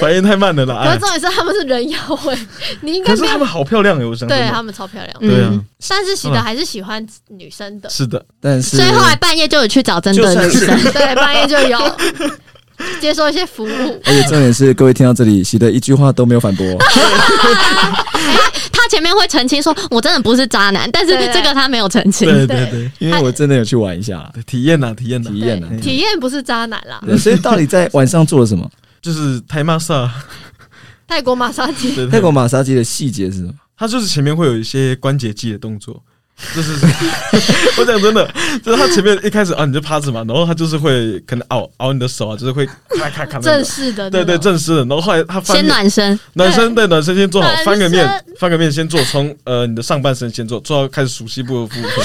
Speaker 4: 反应太慢了啦。
Speaker 3: 可
Speaker 4: 哎
Speaker 3: 是重点是他们是人妖哎、 你应该
Speaker 4: 可是
Speaker 3: 没
Speaker 4: 他
Speaker 3: 有
Speaker 4: 们好漂亮哎，我想
Speaker 3: 对
Speaker 4: 真的
Speaker 3: 他们超漂亮，
Speaker 4: 对啊
Speaker 2: 嗯，
Speaker 3: 但是喜
Speaker 4: 嗯
Speaker 3: 德还是喜欢女生的，
Speaker 4: 是的，
Speaker 1: 但是
Speaker 2: 所以后来半夜就有去找真
Speaker 1: 就
Speaker 2: 的
Speaker 1: 算
Speaker 2: 女
Speaker 1: 是
Speaker 2: 生。
Speaker 3: 对，半夜就有 接受一些服务。
Speaker 1: 而且重点是，各位听到这里，喜德一句话都没有 反驳。
Speaker 2: 他前面会澄清说，我真的不是渣男，但是
Speaker 3: 对对
Speaker 2: 这个他没有澄清。
Speaker 4: 对对
Speaker 3: 对
Speaker 4: 对
Speaker 1: 因为我真的有去玩一下啦
Speaker 4: 对，体验啊呐体验呐
Speaker 1: 体，验了。
Speaker 4: 对
Speaker 3: 体验不是渣男啦，
Speaker 1: 对所以到底在晚上做了什么？
Speaker 4: 就是泰玛萨，
Speaker 3: 泰国马杀鸡
Speaker 4: 对
Speaker 1: 泰国
Speaker 4: 对，
Speaker 1: 马杀鸡的细节是什么？
Speaker 4: 他就是前面会有一些关节肌的动作。就是 我讲真的，就是他前面一开始啊，你就趴着嘛，然后他就是会可能熬熬你的手啊，就是会咔咔咔那
Speaker 3: 正
Speaker 4: 种，
Speaker 3: 式的那
Speaker 4: 对
Speaker 3: 种，
Speaker 4: 对正式的，然后后来他翻
Speaker 2: 先
Speaker 4: 面
Speaker 2: 暖身，
Speaker 4: 暖身对暖身先做好
Speaker 3: 暖，身
Speaker 4: 翻个面翻个面先做，从呃你的上半身先做，做到开始熟悉部的部分，
Speaker 1: 熟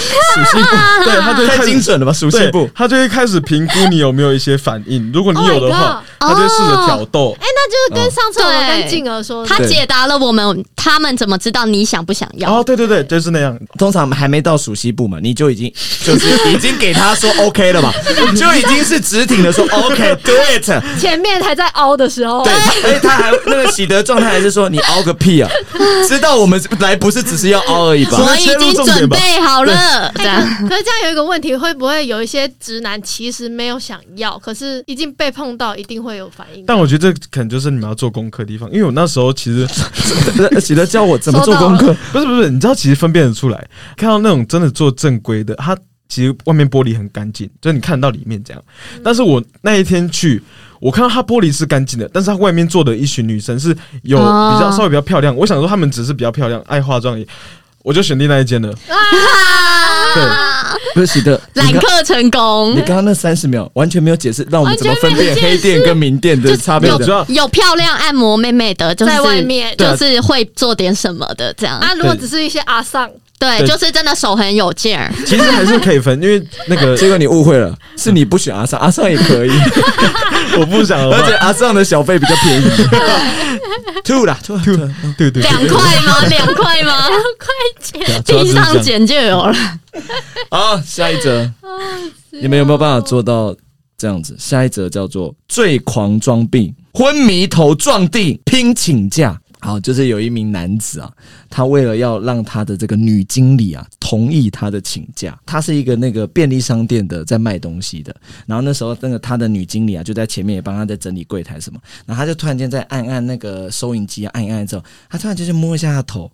Speaker 1: 悉部，
Speaker 4: 对他就会开
Speaker 1: 太
Speaker 4: 始
Speaker 1: 精准了吧？熟悉
Speaker 4: 对，
Speaker 1: 部，
Speaker 4: 他就会开始评估你有没有一些反应。如果你有的话
Speaker 2: Oh my
Speaker 4: 他
Speaker 2: god
Speaker 4: 就会试着挑逗。
Speaker 3: 哎，那就是跟上次我们
Speaker 2: 对
Speaker 3: 跟静儿说的，
Speaker 2: 他解答了我们他们怎么知道你想不想要。
Speaker 4: 哦，对对对，就是那样。
Speaker 1: 通常还没到熟悉部嘛，你就已 经就是已经给他说 OK 了吧？就已经是直挺的说 OK，do it。
Speaker 3: 前面还在凹的时候，
Speaker 1: 对，而且他还那个喜得状态还是说你凹个屁 啊！知道我们来不是只是要凹而已吧？
Speaker 2: 我已经准备好了，这样
Speaker 3: 可是这样有一个问题，会不会有一些直男其实没有想要，可是已经被碰到，一定会有反应？
Speaker 4: 但我觉得这可能就是你们要做功课的地方，因为我那时候其实
Speaker 1: 喜得教我怎么做功课，
Speaker 4: 不是不是，你知道其实分辨得出来，看到那种真的做正规的，他其实外面玻璃很干净，就是你看得到里面这样。
Speaker 2: 嗯
Speaker 4: 但是我那一天去，我看到他玻璃是干净的，但是他外面坐的一群女生是有
Speaker 2: 哦
Speaker 4: 比较稍微比较漂亮，我想说他们只是比较漂亮，爱化妆而已。我就选定那一间了，
Speaker 3: 哎
Speaker 2: 啊，
Speaker 1: 不是喜得
Speaker 2: 揽
Speaker 1: 你刚
Speaker 2: 客成功
Speaker 1: 你。刚刚那三十秒完全没有解释，让我们怎么分辨
Speaker 3: 完全没有
Speaker 1: 黑
Speaker 3: 解释
Speaker 1: 店跟明店的差别
Speaker 4: 没有主
Speaker 1: 的。
Speaker 4: 要
Speaker 2: 有漂亮按摩妹妹的，就是
Speaker 3: 在外面
Speaker 4: 对啊
Speaker 2: 就是会做点什么的，这样
Speaker 3: 啊，如果只是一些阿 丧，
Speaker 2: 对，
Speaker 4: 对
Speaker 2: 就是真的手很有劲儿。
Speaker 4: 其实还是可以分，因为那个
Speaker 1: 结果你误会了，是你不选阿尚，阿尚也 可以，
Speaker 4: 我不想了
Speaker 1: 而且阿尚的小费比较 便宜。吐啦吐啦吐啦！
Speaker 4: 对对，对
Speaker 2: 两块吗？两块吗？
Speaker 4: 对主要
Speaker 2: 地
Speaker 4: 是
Speaker 2: 上
Speaker 4: 这样
Speaker 2: 捡就有了。
Speaker 1: 好，下一则，你们有没有办法做到这样子？下一则叫做“最狂装病”，昏迷头撞地拼请假。好，就是有一名男子啊，他为了要让他的这个女经理啊同意他的请假，他是一个那个便利商店的在卖东西的，然后那时候那个他的女经理啊就在前面也帮他在整理柜台什么，然后他就突然间在按按那个收银机啊按一按之后，他突然间就摸一下他头，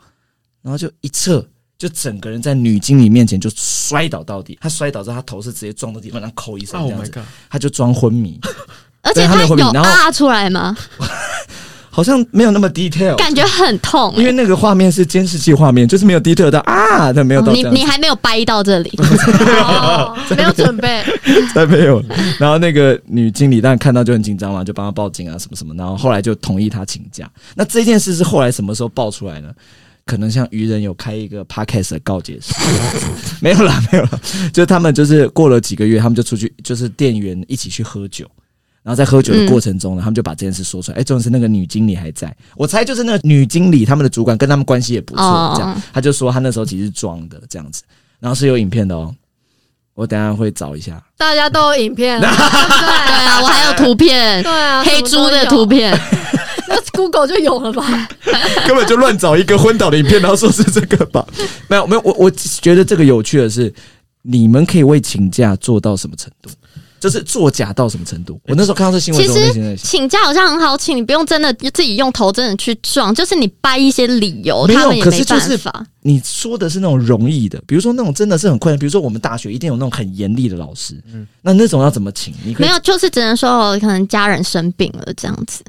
Speaker 1: 然后就一侧就整个人在女经理面前就摔倒到底，他摔倒之后，他头是直接撞到地板上，扣一声
Speaker 4: Oh
Speaker 1: 这样
Speaker 4: my
Speaker 1: 子，
Speaker 4: god！
Speaker 1: 他就装昏迷，
Speaker 2: 而且
Speaker 1: 对他
Speaker 2: 它
Speaker 1: 们会比
Speaker 2: 有
Speaker 1: 然后
Speaker 2: 啊出来吗？
Speaker 1: 好像没有那么 detail，
Speaker 2: 感觉很痛、
Speaker 1: 哦
Speaker 2: 欸
Speaker 1: 因为那个画面是监视器画面，就是没有 detail 到啊，但没有
Speaker 2: 哦
Speaker 1: 到这
Speaker 2: 你
Speaker 1: 样
Speaker 2: 你
Speaker 1: 子，
Speaker 2: 还没有掰 到这里，
Speaker 3: 哦没有准备，
Speaker 1: 才没有。然后那个女经理当然看到就很紧张嘛，就帮他报警啊什么什么，然后后来就同意他请假。那这件事是后来什么时候爆出来呢？可能像愚人有开一个 podcast 的告解室， 没有啦，没有啦，就是他们就是过了几个月，他们就出去，就是店员一起去喝酒，然后在喝酒的过程中呢，他们就把这件事说出来。哎、重点是那个女经理还在，我猜就是那个女经理他们的主管跟他们关系也不错，
Speaker 2: 哦
Speaker 1: 这样他就说他那时候其实是装的这样子，然后是有影片的哦，我等一下会找一下。
Speaker 3: 大家都有影片，对
Speaker 2: 对啊，我还有图片
Speaker 3: 对，啊，
Speaker 2: 黑猪的图
Speaker 3: 片。
Speaker 2: 片，
Speaker 3: 那 Google 就有了 吧？
Speaker 1: 根本就乱找一个昏倒的影片，然后说是这个吧？ 没有没有，我我觉得这个有趣的是，你们可以为请假做到什么程度？就是作假到什么程度？我那时候看到这新闻的时候，
Speaker 2: 其
Speaker 1: 我
Speaker 2: 实
Speaker 1: 内心在想，
Speaker 2: 请假好像很好请，你不用真的自己用头真的去撞，就是你掰一些理由，
Speaker 1: 没有
Speaker 2: 他们也
Speaker 1: 可是
Speaker 2: 没办
Speaker 1: 就是
Speaker 2: 法。
Speaker 1: 你说的是那种容易的，比如说那种真的是很困难，比如说我们大学一定有那种很严厉的老师，嗯，那那种要怎么请？你可以
Speaker 2: 没有，就是只能说哦，可能家人生病了这样 子。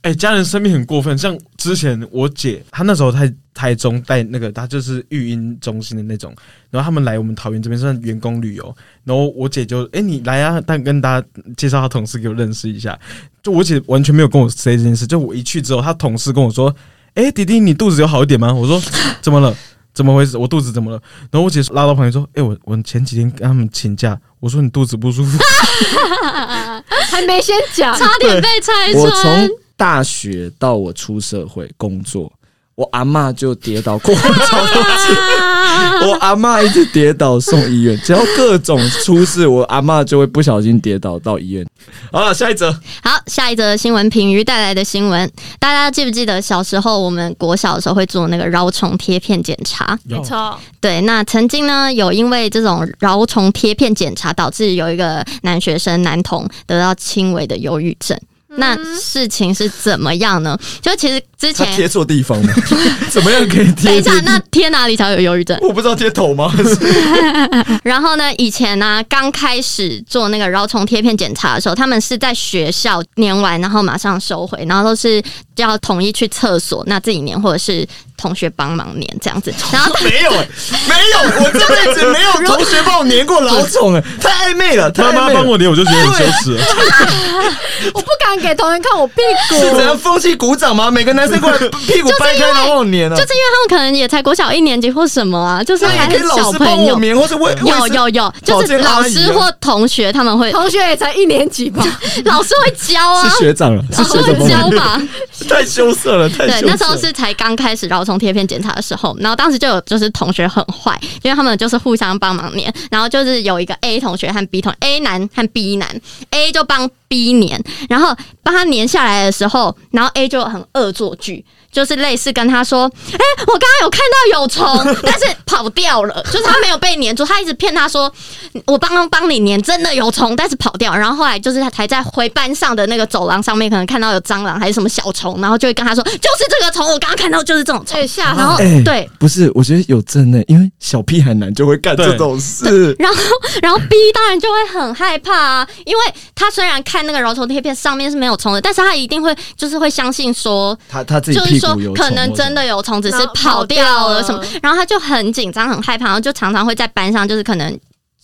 Speaker 4: 哎、家人生病很过分，像之前我姐，她那时候在台中带那个，她就是育婴中心的那种，然后他们来我们桃园这边算员工旅游，然后我姐就，哎、你来啊，但跟大家介绍她同事给我认识一下，就我姐完全没有跟我 say 这件事，就我一去之后，她同事跟我说，哎、弟弟，你肚子有好一点吗？我说 怎么了？怎么回事？我肚子怎么了？然后我姐拉到旁边说：“哎、我我前几天跟他们请假，我说你肚子不舒服，
Speaker 3: 还没先讲，
Speaker 2: 差点被拆
Speaker 1: 我
Speaker 2: 穿啊
Speaker 1: 从。大学到我出社会工作，我阿嬷就跌倒过
Speaker 2: 啊
Speaker 1: 我阿嬷一直跌倒送医院，只要各种出事，我阿嬷就会不小心跌倒到医院。好了，下一则，
Speaker 2: 好，下一则新闻，品瑜带来的新闻，大家记不记得小时候我们国小的时候会做那个绕虫贴片检查？
Speaker 3: 没错，
Speaker 2: 对，那曾经呢，有因为这种饶虫贴片检查，导致有一个男学生男童得到轻微的忧郁症。那事情是怎么样呢？就其实之
Speaker 1: 他
Speaker 2: 前，
Speaker 1: 贴错地方了， 怎么样可以
Speaker 2: 等
Speaker 1: 贴
Speaker 2: 一？下，那贴哪里才会有忧郁症？
Speaker 1: 我不知道贴头吗？
Speaker 2: 然后呢，以前呢、刚开始做那个饶虫贴片检查的时候，他们是在学校粘完，然后马上收回，然后都是要统一去厕所，那自己粘或者是同学帮忙粘这样子。然后
Speaker 1: 没有、欸，没有，我这辈子没有同学帮我粘过 老总、欸，太暧昧了，太暧
Speaker 4: 妈妈
Speaker 1: 昧
Speaker 4: 帮
Speaker 1: 了。
Speaker 4: 我连我就觉得很羞耻。”
Speaker 3: 我不敢给同学看我屁
Speaker 1: 是怎
Speaker 3: 股，
Speaker 1: 样风气鼓掌吗？每个男生过 来屁股掰开然后帮我粘啊，
Speaker 2: 就是因为他们可能也才国小一年级或什么啊，就是
Speaker 1: 那
Speaker 2: 还
Speaker 1: 也可以
Speaker 2: 是
Speaker 1: 老
Speaker 2: 小
Speaker 1: 师帮
Speaker 2: 朋
Speaker 1: 我
Speaker 2: 友。
Speaker 1: 粘，或者我
Speaker 2: 有有有，
Speaker 1: 保
Speaker 2: 就是
Speaker 1: 健阿
Speaker 2: 老
Speaker 1: 姨
Speaker 2: 师
Speaker 1: 啊
Speaker 2: 或同学他们会，
Speaker 3: 同学也才一年级吧，
Speaker 2: 老师会教啊，
Speaker 1: 是学长了，是
Speaker 2: 老师
Speaker 1: 学哎长帮
Speaker 2: 会教
Speaker 1: 我
Speaker 2: 吧？
Speaker 1: 粘， 太羞涩了，太羞
Speaker 2: 对，
Speaker 1: 涩。
Speaker 2: 那时候是才刚开始饶虫贴片检查的时候，然后当时就有就是同学很坏，因为他们就是互相帮忙粘，然后就是有一个 A 同学和 B 同 A 男和 B 男，A 就帮 B 粘，然后帮他粘下来的时候，然后 A 就很恶作剧。就是类似跟他说，哎、我刚刚有看到有虫，但是跑掉了，就是他没有被粘住，他一直骗他说，我帮忙帮你粘，真的有虫，但是跑掉。然后后来就是他还在回班上的那个走廊上面，可能看到有蟑螂还是什么小虫，然后就会跟他说，就是这个虫，我刚刚看到就是这种虫。
Speaker 3: 哎，吓
Speaker 4: 啊
Speaker 2: 然后、
Speaker 3: 到，
Speaker 1: 哎
Speaker 2: 对，
Speaker 1: 不是，我觉得有真的，因为小屁孩男就会干这种事。
Speaker 2: 然后然后 B 当然就会很害怕啊，因为他虽然看那个饶虫贴片上面是没有虫的，但是他一定会就是会相信说，
Speaker 1: 他他自己
Speaker 2: 就是
Speaker 1: 屁
Speaker 2: 说
Speaker 1: 股有
Speaker 2: 可能真的有虫，只是
Speaker 3: 然后
Speaker 2: 跑
Speaker 3: 跑
Speaker 2: 掉
Speaker 3: 掉
Speaker 2: 了
Speaker 3: 了
Speaker 2: 什么，然后他就很紧张很害怕，然后就常常会在班上就是可能。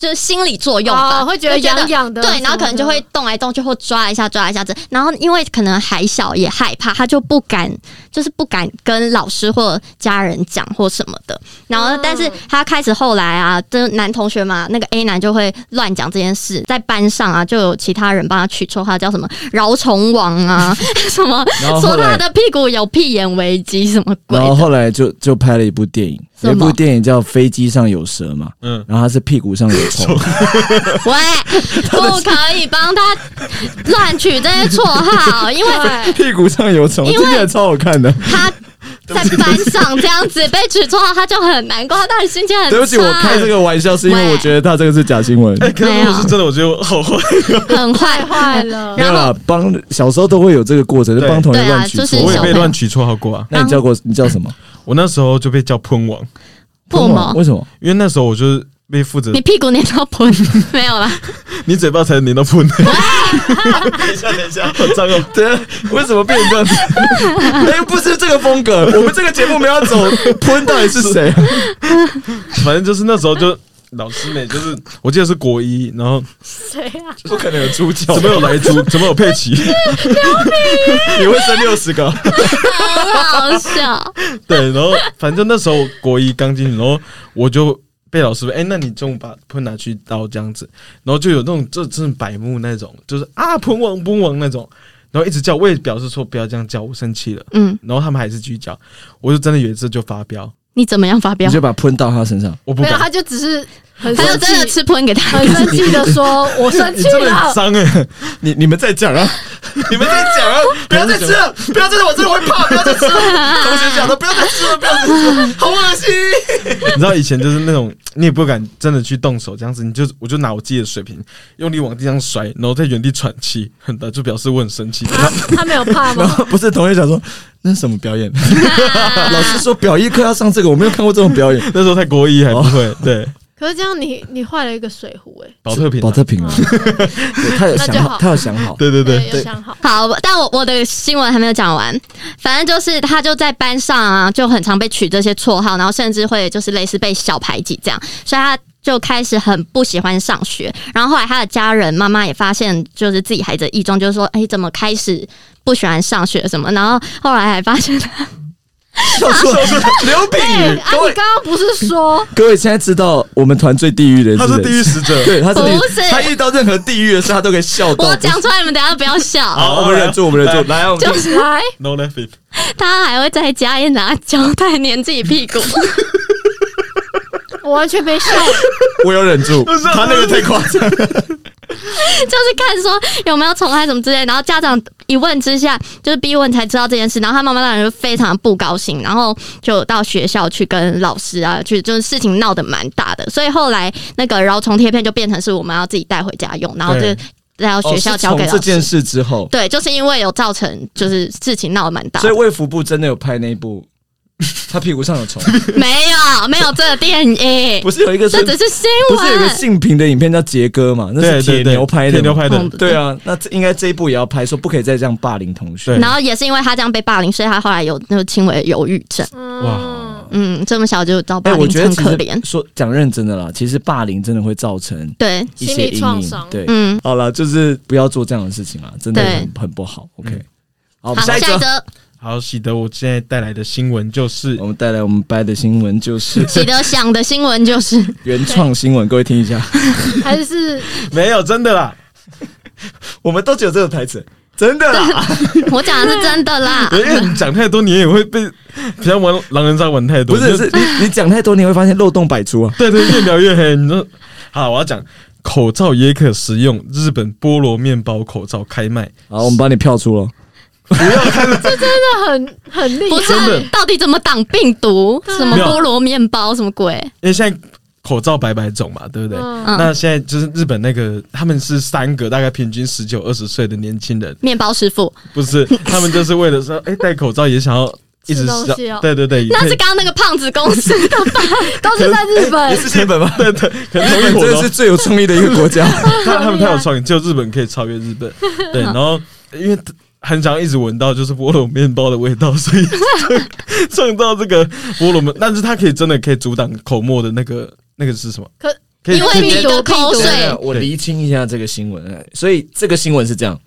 Speaker 2: 就是心理作用吧，
Speaker 3: 哦会觉得
Speaker 2: 就
Speaker 3: 痒痒的
Speaker 2: 对，然后可能就会动来动去或抓一下抓一下这，然后因为可能还小也害怕，他就不敢，就是不敢跟老师或家人讲或什么的。然后
Speaker 3: 嗯，
Speaker 2: 但是他开始后来啊，这男同学嘛，那个 A 男就会乱讲这件事，在班上啊，就有其他人帮他取绰号叫什么“饶虫王”啊， 什么
Speaker 1: 然后后
Speaker 2: 说
Speaker 1: 来
Speaker 2: 他的屁股有屁眼危机什么鬼
Speaker 1: 然后
Speaker 2: 的。
Speaker 1: 后来就就拍了一部电影，
Speaker 2: 什
Speaker 1: 有
Speaker 2: 么
Speaker 1: 一部电影叫《飞机上有蛇》嘛，
Speaker 4: 嗯，
Speaker 1: 然后他是屁股上有虫，
Speaker 2: 喂，不可以帮他乱取这些绰号，因为
Speaker 3: 对，
Speaker 1: 屁股上有虫，
Speaker 2: 因
Speaker 1: 听
Speaker 2: 为
Speaker 1: 起来超好看的。
Speaker 2: 他在班上这样子被取绰号，他就很难过，他当时心情很差。
Speaker 1: 对不起，我开这个玩笑是因为
Speaker 2: 喂
Speaker 1: 我觉得他这个是假新 闻。
Speaker 4: 哎、可是如果是真的，我觉得我好坏。
Speaker 2: 很坏
Speaker 3: 太坏。
Speaker 2: 嗯
Speaker 3: 了
Speaker 1: 没。有啦，帮小时候都会有这个过程，就
Speaker 4: 对
Speaker 1: 帮同学
Speaker 2: 对啊
Speaker 1: 乱取
Speaker 2: 就是
Speaker 1: 绰
Speaker 4: 我也
Speaker 2: 小
Speaker 1: 号。
Speaker 4: 被乱取绰号过啊！
Speaker 1: 那你叫过你叫什 么？
Speaker 4: 我那时候就被叫喷王，
Speaker 2: 不
Speaker 1: 吗？
Speaker 2: 吗？
Speaker 1: 为什么？
Speaker 4: 因为那时候我就是被负责
Speaker 2: 你屁股粘到盆没有啦？
Speaker 4: 你嘴巴才能连 到喷。
Speaker 1: 等一下，等一下，好脏哦！对，为什么变成这样子？ 哎、不是这个风格，我们这个节目没有要走喷到底是谁啊？
Speaker 4: 反正就是那时候就老师们就是我记得是国一，然后
Speaker 3: 谁啊？
Speaker 1: 不可能有猪脚
Speaker 4: 怎么有莱猪，怎么有佩奇，
Speaker 1: 你会生六十个？
Speaker 2: 很好笑。
Speaker 4: 对，然后反正那时候国一刚进去，然后我就被老师说：“哎、那你中午把喷拿去倒这样子。”然后就有那种这真的白目那种，就是啊喷王喷王那种，然后一直叫，我也表示说不要这样叫，我生气了。
Speaker 2: 嗯，
Speaker 4: 然后他们还是继续叫，我就真的有一次就发飙，
Speaker 2: 你怎么样发
Speaker 1: 你
Speaker 2: 飙？
Speaker 1: 就把喷到他身上，
Speaker 4: 我不
Speaker 3: 没有，
Speaker 4: 敢
Speaker 3: 他，就只是很
Speaker 2: 他就
Speaker 3: 生
Speaker 2: 真的
Speaker 3: 气，
Speaker 2: 吃喷给他
Speaker 3: 很生气的说：“啊我生
Speaker 4: 你
Speaker 3: 气
Speaker 4: 真的很
Speaker 3: 了。
Speaker 4: 脏哎、
Speaker 1: 你你们再讲啊！你们在讲 啊！不要再吃了，不要再吃，我真的会怕，不要再吃 了。同学讲的，不要再吃了，不要再吃了，好恶心。
Speaker 4: 你知道以前就是那种，你也不敢真的去动手这样子，你就我就拿我自己的水瓶用力往地上甩，然后在原地喘气， 很大就表示我很生气。
Speaker 3: 他他没有怕
Speaker 1: 然
Speaker 3: 吗？
Speaker 1: 后不是同学讲说那是什么表 演？老师说表演课要上这个，我没有看过这种表演。
Speaker 4: 那时候才国一还不会，对，
Speaker 3: 可是这样你你坏了一个水壶哎、
Speaker 4: 保特瓶啊、
Speaker 1: 保特 瓶啊，对他有
Speaker 3: 那就
Speaker 1: 想好，
Speaker 3: 好
Speaker 1: 他有想 好。
Speaker 4: 对对对，
Speaker 3: 有
Speaker 1: 对
Speaker 3: 想好。
Speaker 2: 好，但我我的新闻还没有讲完，反正就是他就在班上啊，就很常被取这些绰号，然后甚至会就是类似被小排挤这样，所以他。就开始很不喜欢上学，然后后来他的家人妈妈也发现，就是自己孩子的异中，就是说，哎、怎么开始不喜欢上学什么？然后后来还发现他，
Speaker 1: 笑 出来，刘品
Speaker 3: 哎、
Speaker 1: 宇，
Speaker 3: 啊，
Speaker 1: 各
Speaker 3: 你
Speaker 1: 位
Speaker 3: 刚刚不是说
Speaker 1: 各位现在知道我们团最地狱的人
Speaker 4: 他
Speaker 1: 是
Speaker 4: 是
Speaker 1: 谁
Speaker 4: 地狱使者，
Speaker 1: 对，他是地狱
Speaker 2: 不是
Speaker 1: 他遇到任何地狱的事，他都可以笑到。
Speaker 2: 我讲出来，你们等一下不要笑。
Speaker 1: 好，我们忍住，我们忍住，来，我们
Speaker 2: 就
Speaker 3: 来？
Speaker 4: ，no laughing，
Speaker 2: 他还会在家里拿胶带粘自己屁股，
Speaker 3: 我完全没笑，
Speaker 1: 我有忍住，
Speaker 4: 是啊
Speaker 1: 他那个太夸张。
Speaker 2: 就是看说有没有宠爱什么之类，然后家长一问之下，就是逼问才知道这件事，然后他妈妈当然就非常不高兴，然后就到学校去跟老师啊，去就是事情闹得蛮大的，所以后来那个饶虫贴片就变成是我们要自己带回家用，然后就
Speaker 4: 对
Speaker 2: 带到 学校
Speaker 1: 哦是
Speaker 2: 交给
Speaker 1: 从
Speaker 2: 老
Speaker 1: 这
Speaker 2: 师。
Speaker 1: 件事之后，
Speaker 2: 对，就是因为有造成就是事情闹得蛮大的
Speaker 1: 所以，卫福部真的有拍那一部，他屁股上有 虫，
Speaker 2: 没有没有这个电影，
Speaker 1: 不是有一个
Speaker 2: 这
Speaker 1: 是，
Speaker 2: 只是啊新
Speaker 1: 不是有一个
Speaker 2: 闻。
Speaker 1: 性平的影片叫杰哥嘛？那
Speaker 4: 对
Speaker 1: 是
Speaker 4: 对
Speaker 1: 铁
Speaker 4: 对，
Speaker 1: 牛拍的嘛，
Speaker 4: 铁牛拍的
Speaker 2: 嗯，
Speaker 1: 对啊，那这应该这一部也要拍，说不可以再这样霸凌同学。
Speaker 4: 对
Speaker 2: 然后也是因为他这样被霸凌，所以他后来有那个轻微的忧郁症。
Speaker 3: 嗯，
Speaker 2: 嗯，这么小就遭
Speaker 1: 哎、
Speaker 2: 霸
Speaker 1: 我
Speaker 2: 凌，
Speaker 1: 觉得
Speaker 2: 很
Speaker 1: 其
Speaker 2: 可怜
Speaker 1: 实。说讲认真的啦，其实霸凌真的会造成
Speaker 2: 对，
Speaker 1: 一
Speaker 3: 心
Speaker 1: 些
Speaker 3: 理
Speaker 1: 阴
Speaker 3: 创
Speaker 1: 影
Speaker 3: 伤。
Speaker 1: 对，
Speaker 2: 嗯，
Speaker 1: 好了，就是不要做这样的事情啦，真的
Speaker 2: 对
Speaker 1: 很很不好。OK，
Speaker 4: 嗯
Speaker 1: 好，我
Speaker 2: 好，
Speaker 1: 们下一
Speaker 2: 一
Speaker 1: 则，
Speaker 2: 则，
Speaker 4: 好，喜得我现在带来的新闻就是
Speaker 1: 我们带来我们掰的新闻就是
Speaker 2: 喜得想的新 闻就是
Speaker 1: 原创新闻，各位听一下，
Speaker 3: 还是
Speaker 4: 没有真 的啦，
Speaker 1: 我们都只有这个台词，真的啦。
Speaker 2: 我讲的是真的啦
Speaker 4: 因。为你讲太多，你也会被，比像玩狼人杀玩太多，
Speaker 1: 不是，
Speaker 4: 就是
Speaker 1: 你你讲太多，你会发现漏洞百出啊。
Speaker 4: 对对，越描越黑。你说好，我要讲口罩也可食用，日本菠萝面包口罩开卖，
Speaker 1: 好，我们帮你票出了。
Speaker 3: 这很很厉
Speaker 2: 不
Speaker 3: 害，
Speaker 2: 是，到底怎么挡病毒？什么
Speaker 4: 没有
Speaker 2: 菠萝面包，什么鬼？
Speaker 4: 因为现在口罩百百种嘛，对不对？
Speaker 3: 嗯，
Speaker 2: 嗯，
Speaker 4: 那现在就是日本那个，他们是三个大概平均十九二十岁的年轻人，
Speaker 2: 面包师傅，
Speaker 4: 不是他们就是为了说，哎、戴口罩也想要一直
Speaker 3: 吃东西哦
Speaker 4: 对对对，也
Speaker 2: 那
Speaker 4: 可
Speaker 2: 是
Speaker 4: 以
Speaker 2: 刚刚那个胖子公 司的吧？
Speaker 3: 都是在日本，
Speaker 1: 是日本吗？
Speaker 4: 对对，可 能同
Speaker 1: 日
Speaker 4: 一
Speaker 1: 本
Speaker 4: 伙
Speaker 1: 真
Speaker 4: 的
Speaker 1: 的
Speaker 4: 哦
Speaker 1: 是最有创意的一个国家。
Speaker 4: 他他们太有创意，只有日本可以超越日本。对，然后因为很想一直闻到就是菠萝面包的味道，所 以创创造这个菠萝面，但是它可以真的可以阻挡口沫的那个那个是什么？
Speaker 3: 可
Speaker 4: 可以
Speaker 2: 因为你的口
Speaker 3: 对
Speaker 1: 对啊
Speaker 2: 水，，
Speaker 1: 我厘清一下这个新闻。所以这个新闻是这样：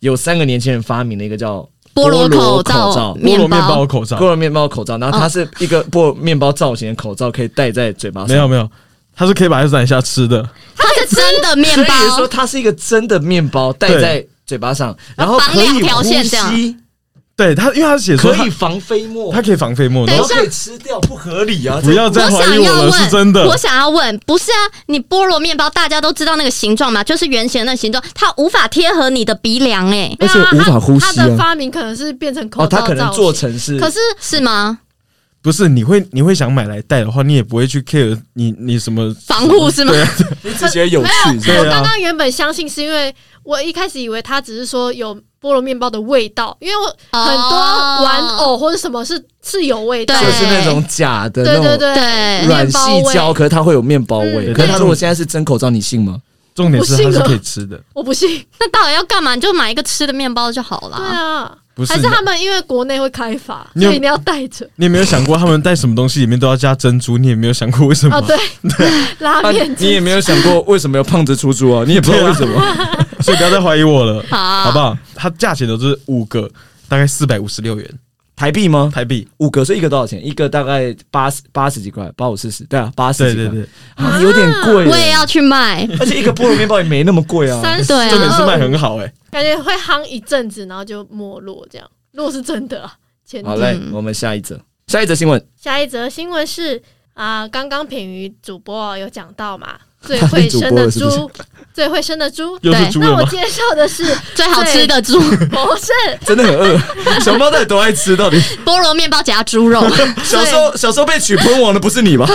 Speaker 1: 有三个年轻人发明了一个叫
Speaker 2: 菠萝口
Speaker 1: 口
Speaker 2: 罩、
Speaker 1: 罩
Speaker 4: 菠萝面包
Speaker 2: 包。
Speaker 4: 口罩
Speaker 1: 菠萝面包口罩，然后它是一个菠萝面包造型的口罩，可以戴在嘴巴上。
Speaker 4: 没有没有，它是可以把它染下吃的，
Speaker 2: 它是真的面
Speaker 1: 所以也就是说
Speaker 2: 包，啊
Speaker 1: 它是一个真的面包戴在嘴巴上，然后可
Speaker 2: 绑
Speaker 1: 以
Speaker 2: 两条
Speaker 1: 呼
Speaker 2: 线这样
Speaker 1: 吸，
Speaker 4: 对它，因为它写说
Speaker 1: 可
Speaker 4: 它
Speaker 1: 以防飞沫，
Speaker 4: 它可以防飞沫，
Speaker 2: 对
Speaker 4: 然
Speaker 1: 然
Speaker 4: 后
Speaker 1: 后可以吃掉，不合理啊！
Speaker 4: 不要
Speaker 2: 我
Speaker 4: 再怀
Speaker 2: 想
Speaker 4: 疑
Speaker 2: 要
Speaker 4: 我了，是真
Speaker 2: 问，我
Speaker 4: 的。
Speaker 2: 想要问，不是啊？你菠萝面包大家都知道那个形状嘛，就是圆形的那个形状，它无法贴合你的鼻梁，哎，
Speaker 1: 而且无法呼吸啊
Speaker 3: 他的发明可能是变成
Speaker 1: 哦，
Speaker 3: 口
Speaker 1: 它
Speaker 3: 罩造型，
Speaker 1: 可能做成是，
Speaker 2: 可是是吗？
Speaker 4: 不是你会你会想买来戴的话，你也不会去 care 你你什么
Speaker 2: 防护是吗？
Speaker 1: 你只觉得有趣，
Speaker 4: 对
Speaker 1: 是吧
Speaker 4: 啊
Speaker 3: 我刚刚原本相信是因为我一开始以为他只是说有菠萝面包的味道，因为我
Speaker 2: 哦
Speaker 3: 很多玩偶或者什么是是有味道的，
Speaker 1: 就
Speaker 2: 对
Speaker 1: 是那种假的
Speaker 3: 对
Speaker 1: 那
Speaker 3: 对
Speaker 1: 种
Speaker 3: 对，
Speaker 2: 对，
Speaker 1: 软细胶，可是它会有面包味。
Speaker 4: 嗯
Speaker 1: 可是它
Speaker 4: 对
Speaker 1: 如果现在是真口罩，你信 吗？
Speaker 4: 重点是它
Speaker 3: 不
Speaker 4: 是
Speaker 3: 信了
Speaker 4: 可以吃的，
Speaker 3: 我不信。
Speaker 2: 那到底要干嘛？你就买一个吃的面包就好了。
Speaker 3: 对啊，
Speaker 4: 不是
Speaker 3: 还是
Speaker 4: 你
Speaker 3: 他们因为国内会开发，
Speaker 4: 你有
Speaker 3: 所以你要带着
Speaker 4: 你有没有想过他们带什么东西里面都要加珍珠？你也没有想过为 什么？
Speaker 3: 哦，对，拉面
Speaker 1: 啊你也没有想过为什么有胖子出租啊？你也不知道为什么。
Speaker 4: 所以不要再怀疑我 了，
Speaker 2: 好
Speaker 4: 好不好？它价钱都是五个，大概四百五十六元
Speaker 1: 台币吗？
Speaker 4: 台币。
Speaker 1: 五个，所以一个多少钱？一个大概八十八十几块，八五四十，对啊，八十
Speaker 4: 对
Speaker 1: 几
Speaker 4: 对
Speaker 1: 块，
Speaker 4: 对，
Speaker 1: 啊有点贵。
Speaker 2: 我也要，去卖。
Speaker 1: 而且一个菠萝面包也没那么贵啊。
Speaker 3: 三十
Speaker 2: 对啊
Speaker 4: 重点是卖很好哎、
Speaker 3: 感觉会夯一阵子，然后就没落这样。如果是真的啊，前提
Speaker 1: 好嘞，
Speaker 2: 嗯
Speaker 1: 我们下一则，下一则新闻，
Speaker 3: 下一则新闻是啊，刚刚品瑜主播有讲到嘛，最
Speaker 1: 他
Speaker 3: 会
Speaker 1: 是主
Speaker 3: 生
Speaker 1: 播
Speaker 3: 的
Speaker 1: 了是不是
Speaker 3: 猪， 最会生的猪。
Speaker 4: 又是
Speaker 2: 对
Speaker 4: 猪
Speaker 3: 那
Speaker 4: 了
Speaker 3: 我
Speaker 4: 吗？
Speaker 3: 介绍 的是
Speaker 2: 最好吃的猪，
Speaker 3: 不是
Speaker 1: 真的很 饿。小猫到底多爱吃？到底
Speaker 2: 菠萝面包夹猪肉，
Speaker 1: 小时候小时候被取喷王的不是你吧？